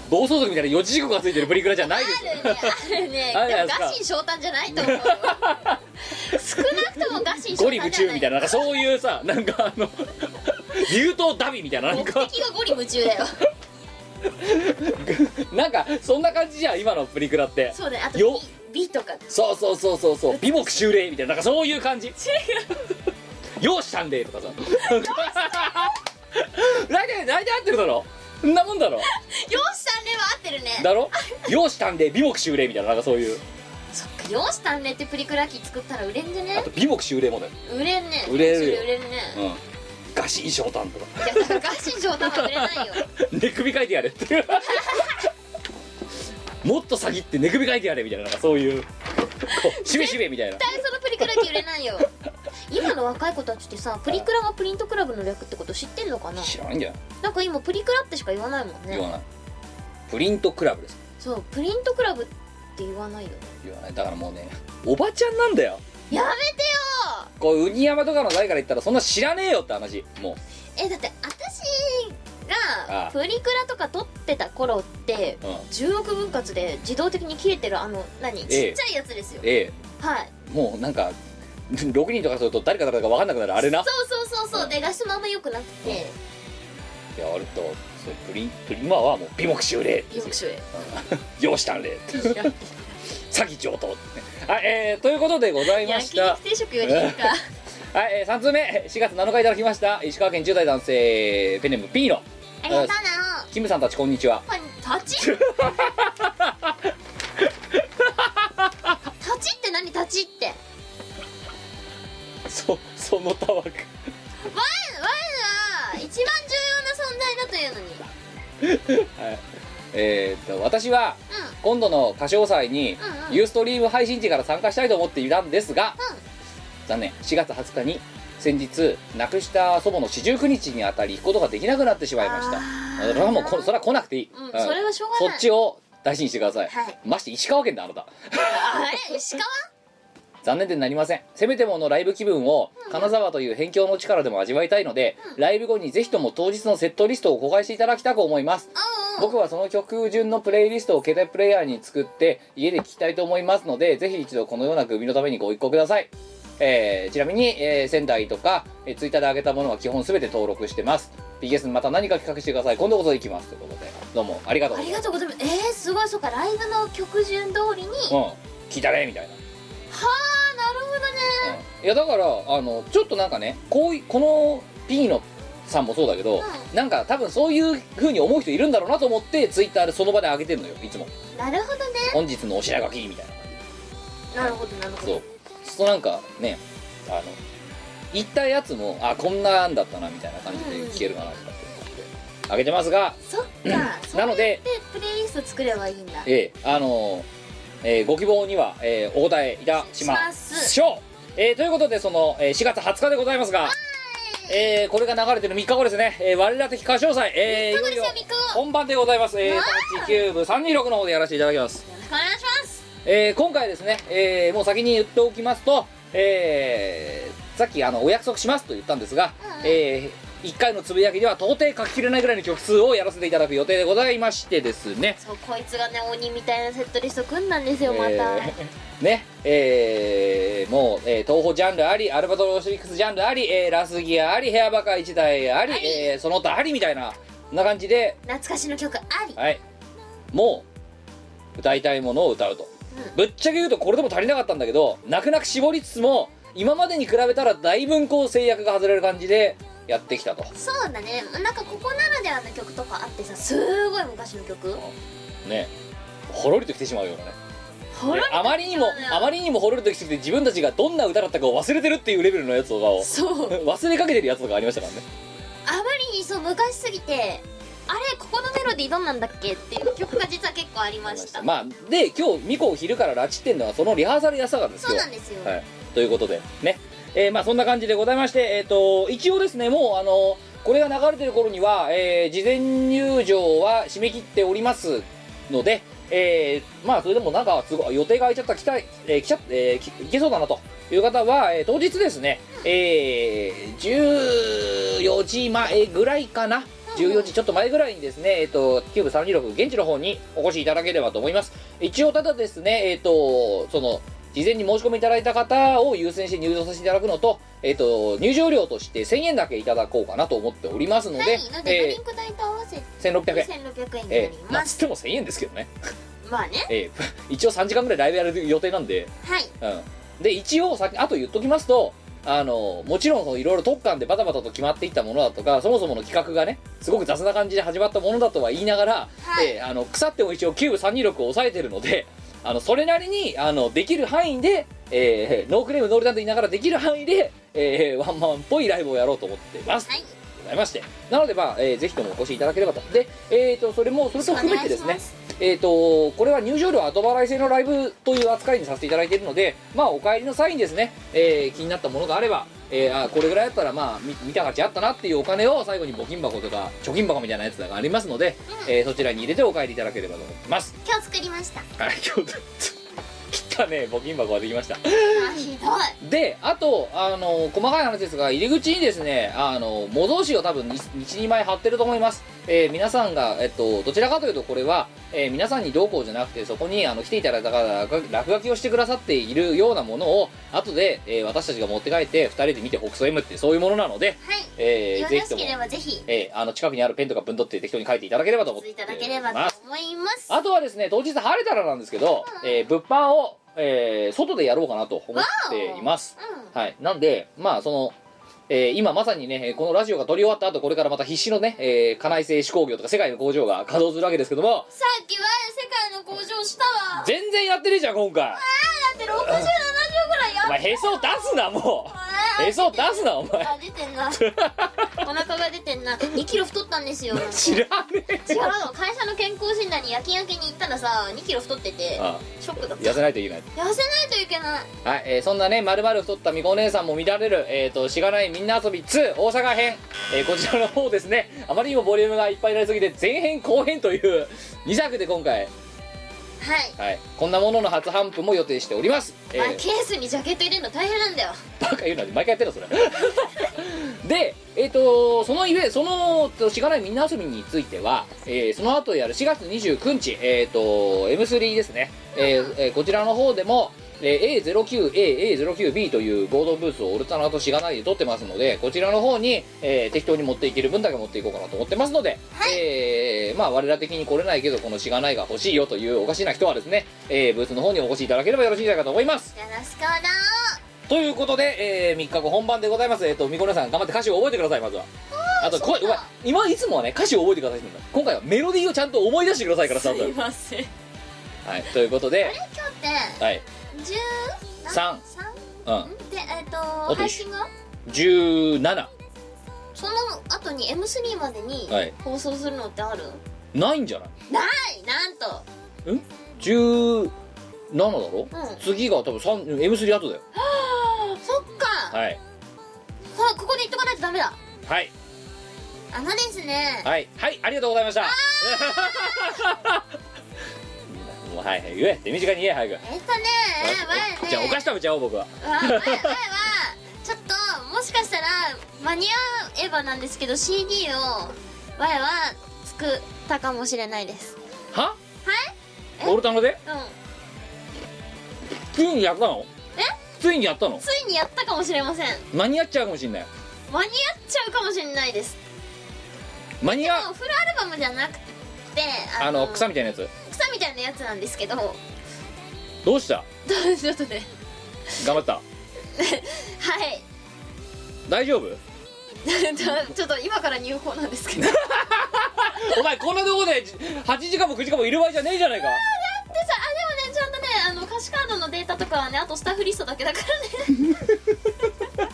暴走族みたいな四字熟語がついてるプリクラじゃないですよあるねあるねあるじゃないでもですかガシン翔太じゃないと思うよ少なくともガシン翔ゴ太じリゃな夢い中みたいななんかそういう さなんかあの優等ダビみたいななん目か的がゴリ夢中だよなんかそんな感じじゃん今のプリクラってそうだねあとよ B とかそうそうそうそうそう美目秀麗みたいななんかそういう感じ違う容赦んでとかさ 大体大体合ってるだろそんなもんだろ容姿鍛錬は合ってるねだ ろ容姿んで美目秀麗みたいななんかそういうそっか容姿鍛錬ってプリクラ機作ったら売れんであねと美目秀麗もだよ、売れんね売れるよそ売れるねうん、ガシンショウタンとかいやだからガシン翔太は売れないよ 寝首かいてやれっていうもっと先って寝首かいてやれみたいななんかそういうこうしべしべみたいな絶対そのプリクラ機売れないよ今の若い子たちってさプリクラがプリントクラブの略ってこと知ってんのかな知らないんじゃないなんか今プリクラってしか言わないもん言わねないプリントクラブですそうプリントクラブって言わないよね言わないだからもうねおばちゃんなんだよやめてこうウニ山とかの代から言ったらそんな知らねえよって話もよえだって私あがあプリクラとか撮ってた頃ってう、うん、 16分割で自動的に切れてるあの何ちっちええゃいやつですよ、えはいえもうなんか6人とかすると誰か誰か分かんなくなるあれなそうそうそうそうで画質もあんま良くなくてやるとそうプリンプリ今はもう美目秀麗よくしょえ容姿 鍛錬詐欺上等はい、えー、ということでございま焼し肉た定食よりいいかはい、えー、3通目4月7日いただきました石川県10代男性ペンネーム P のありがとうなキムさんたちこんにちはパン立 ち立ちって何立ちってそそのたわく我我は一番重要な存在だというのにえー、っと私は今度の歌唱祭にうんうんユーストリーム配信時から参加したいと思っていたんですが、うん残念4月20日に先日亡くした祖母の四十九日にあたり行くことができなくなってしまいましたあーそれはもうこそれは来なくていい、うんそれはしょうがないそっちを大事にしてください、はいまして石川県だあなたあれ石川残念でなりませんせめてものライブ気分を金沢という辺境の力でも味わいたいので、ライブ後にぜひとも当日のセットリストを公開していただきたく思いますおうおう僕はその曲順のプレイリストを携帯プレイヤーに作って家で聴きたいと思いますのでぜひ一度このような組のためにご一行ください、えーちなみに、えー仙台とか、えー、ツイッターで上げたものは基本全て登録してます PS また何か企画してください今度こそ行きますということでどうもありがとうあござりいますがとうございますえー、すごいそうかライブの曲順通りにはうん聞いたねみたいなあなるほどねいやだからあのちょっとなんかねこういこのピーノさんもそうだけど、うなんか多分そういう風に思う人いるんだろうなと思ってツイッターでその場で上げてるのよいつもなるほどね本日のお品書きみたいななるほどなるほそうどそうなんかねあの言ったやつもあこんな案だったなみたいな感じで聞けるかなとかって思って上げてますがそっかそうなのでやってプレイリスト作ればいいんだええあのえーご希望には、えーお答えいたしましょう、えーということでその、えー4月20日でございますが、えーこれが流れてる3日後ですね、えー我ら的歌唱祭、えー、いよいよ3日後本番でございます、えー、319部326の方でやらせていただきますよろしくお願いしますえー今回ですね、えーもう先に言っておきますと、えーさっきあのお約束しますと言ったんですが、うんえ1回のつぶやきでは到底書ききれないぐらいの曲数をやらせていただく予定でございましてですねそうこいつがね鬼みたいなセットリスト組んだんですよまた、えーねえーもう、えー東宝ジャンルありアルバトロシックスジャンルあり、えーラスギアありヘアバカ1台ありありえーその他ありみたいなそんな感じで懐かしの曲ありはいもう歌いたいものを歌うと、うぶっちゃけ言うとこれでも足りなかったんだけど泣く泣く絞りつつも今までに比べたらだいぶこう制約が外れる感じでやってきたとそうだねなんかここならではの曲とかあってさすごい昔の曲ねほろりときてしまうようなねほでらあまりにもあまりにもほろりときてきて自分たちがどんな歌だったかを忘れてるっていうレベルのやつとかを そう忘れかけてるやつとかありましたからねあまりにそう昔すぎてあれここのメメロディーどんなんだっけっていう曲が実は結構ありましたまあで今日ミコを昼から拉致ってんのはそのリハーサルやさがですそうよなんですよ、はい、ということでね、えーまあそんな感じでございまして、えっと一応ですねもうあのこれが流れてる頃には、えー事前入場は締め切っておりますので、えーまあそれでもなんか都合予定が空いちゃった来たい、えー来ちゃえーき行けそうだなという方は、えー当日ですね、えー14時前ぐらいかな14時ちょっと前ぐらいにですね、えっとキューブ326現地の方にお越しいただければと思います一応ただですねえっ、とその事前に申し込みいただいた方を優先して入場させていただくのと,、えっと入場料として1000円だけいただこうかなと思っておりますので、はいのでドリえンク代と合わせてー1600円1600円になえりー、まあまつっす、ても1000円ですけどね、まあねえー 一応3時間ぐらいライブやる予定なんで、はいうん、で一応さあと言っときますとあのもちろんそのいろいろ特感でバタバタと決まっていったものだとかそもそもの企画がねすごく雑な感じで始まったものだとは言いながら、はいえーあの腐っても一応キューブ326を抑えてるのであのそれなりにあのできる範囲で、えーノークレームノールダンと言いながらできる範囲で、えーワンマンっぽいライブをやろうと思っています、はいございましてなのでまあ、えーぜひともお越しいただければとでえー、とそれもそれと含めてですお願ねいしえー、とこれは入場料後払い制のライブという扱いにさせていただいているのでまあお帰りの際にですね、えー気になったものがあれば、えーあこれぐらいだったらまあ見見た価値あったなっていうお金を最後に募金箱とか貯金箱みたいなやつがありますので、えーそちらに入れてお帰りいただければと思います今日作りましたはい 今日切ったね募金箱ができましたあひどいであとあの細かい話ですが入り口にですねあの模造紙を多分12枚貼ってると思います、えー皆さんが、えっと、どちらかというとこれは、えー皆さんにどうこうじゃなくてそこにあの来ていただいた方が落落書きをしてくださっているようなものを後で、えー私たちが持って帰って2人で見て「北総 M」ってそういうものなので、はい、えーよぜろひとしもけ、ればぜひえーあの近くにあるペンとか分取って適当に書いていただければと思っおて越しいただければと思いますあとはですね当日晴れたらなんですけど、えー物販を、えー外でやろうかなと思っていますうはい、なんで、まあその、えー今まさにね、えーこのラジオが撮り終わった後、これからまた必死のね、えー家内製手工業とか世界の工場が稼働するわけですけども、さっきは世界の工場したわだ全然やってねえじゃん、今回。って6070ぐらいやお前、へそ出すな、もう。へそ出すな、お前。あ出て んなお腹が出てんな2キロ太ったんですよ知らねえ。違うの会社の健康診断に夜勤明けに行ったらさ2キロ太っててあショックだった痩せないといけない。痩せないといけないはい、えーそんなね、まるまる太ったみこお姉さんも見られる、えっ、と、しがないみんな遊び2大阪編、えーこちらの方ですね、あまりにもボリュームがいっぱいになりすぎて、前編後編という2作で今回、はい、はい、こんなものの初販布も予定しております。えーあケースにジャケット入れるの大変なんだよバカ言うなって毎回やってるのそれでえっ、とそのイベその「しがないみんな遊び」については、えーその後やる4月29日えっ、と M3 ですね、えーえーこちらの方でもえー A09AA09B という合同ブースをオルタナとしがないで撮ってますのでこちらの方に、えー適当に持っていける分だけ持っていこうかなと思ってますので、えーまあ我ら的に来れないけどこのしがないが欲しいよというおかしな人はですね、えーブースの方にお越しいただければよろしいんじゃないかと思いますよろしくおなということで、えー、3日後本番でございますえっ、とみこねさん頑張って歌詞を覚えてくださいまずはあと声うまい今いつもはね歌詞を覚えてくださいって言うんだ今回はメロディーをちゃんと思い出してくださいからさません今はいということで日ってはい1 3 3うんでえっ、とと配信が17その後に M3 までにはい放送するのってある、ないんじゃないないなんと17だろ、うん次が多分三 M3 後だよそっか、はいほらここで言っとかないとダメだはいあのですねはいはいありがとうございました もうはいはい言え手短に言え早くえっとね前ねじゃあお菓子食べちゃおう僕はわ前前はちょっともしかしたら間に合えばなんですけど CD をわいは作ったかもしれないですはえオルタナでうんついにやったのえついにやったのついにやったかもしれません間に合っちゃうかもしんない間に合っちゃうかもしれないです間に合もうフルアルバムじゃなくてあの草みみたいなやつ草みたいなやつなんですけどどどうしたうしようとね頑張ったはい大丈夫 ちょっと今から入稿なんですけどお前こんなとこでじ8時間も9時間もいる場合じゃねえじゃないかでさあでもねちゃんとねあの歌詞カードのデータとかはねあとスタッフリストだけだからね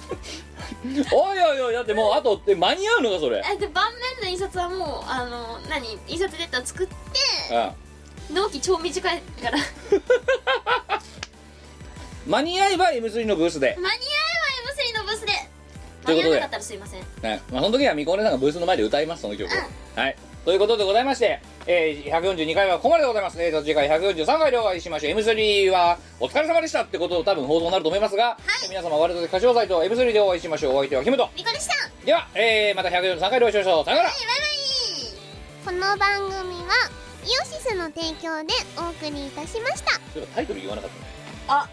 おいおいおいだってもうあとえ間に合うのかそれ えで盤面での印刷はもうあの何印刷データ作ってうん納期超短いから間間にに合えば M3 のブースで、合えば M3 のブースでと間いうことでに合わなかったらすいませんねまあ、その時はみこねさんがブースの前で歌いますその曲を、はいということでございまして、えー、142回はここまででございます、えー、と次回143回でお会いしましょう M3 はお疲れ様でしたってことを多分報道になると思いますが、皆様我々歌唱祭と M3 でお会いしましょうお相手はキムとみこでしたでは、えー、また143回でお会いしましょうさよならこの番組はイオシスの提供でお送りいたしましたそういえばタイトル言わなかったねあ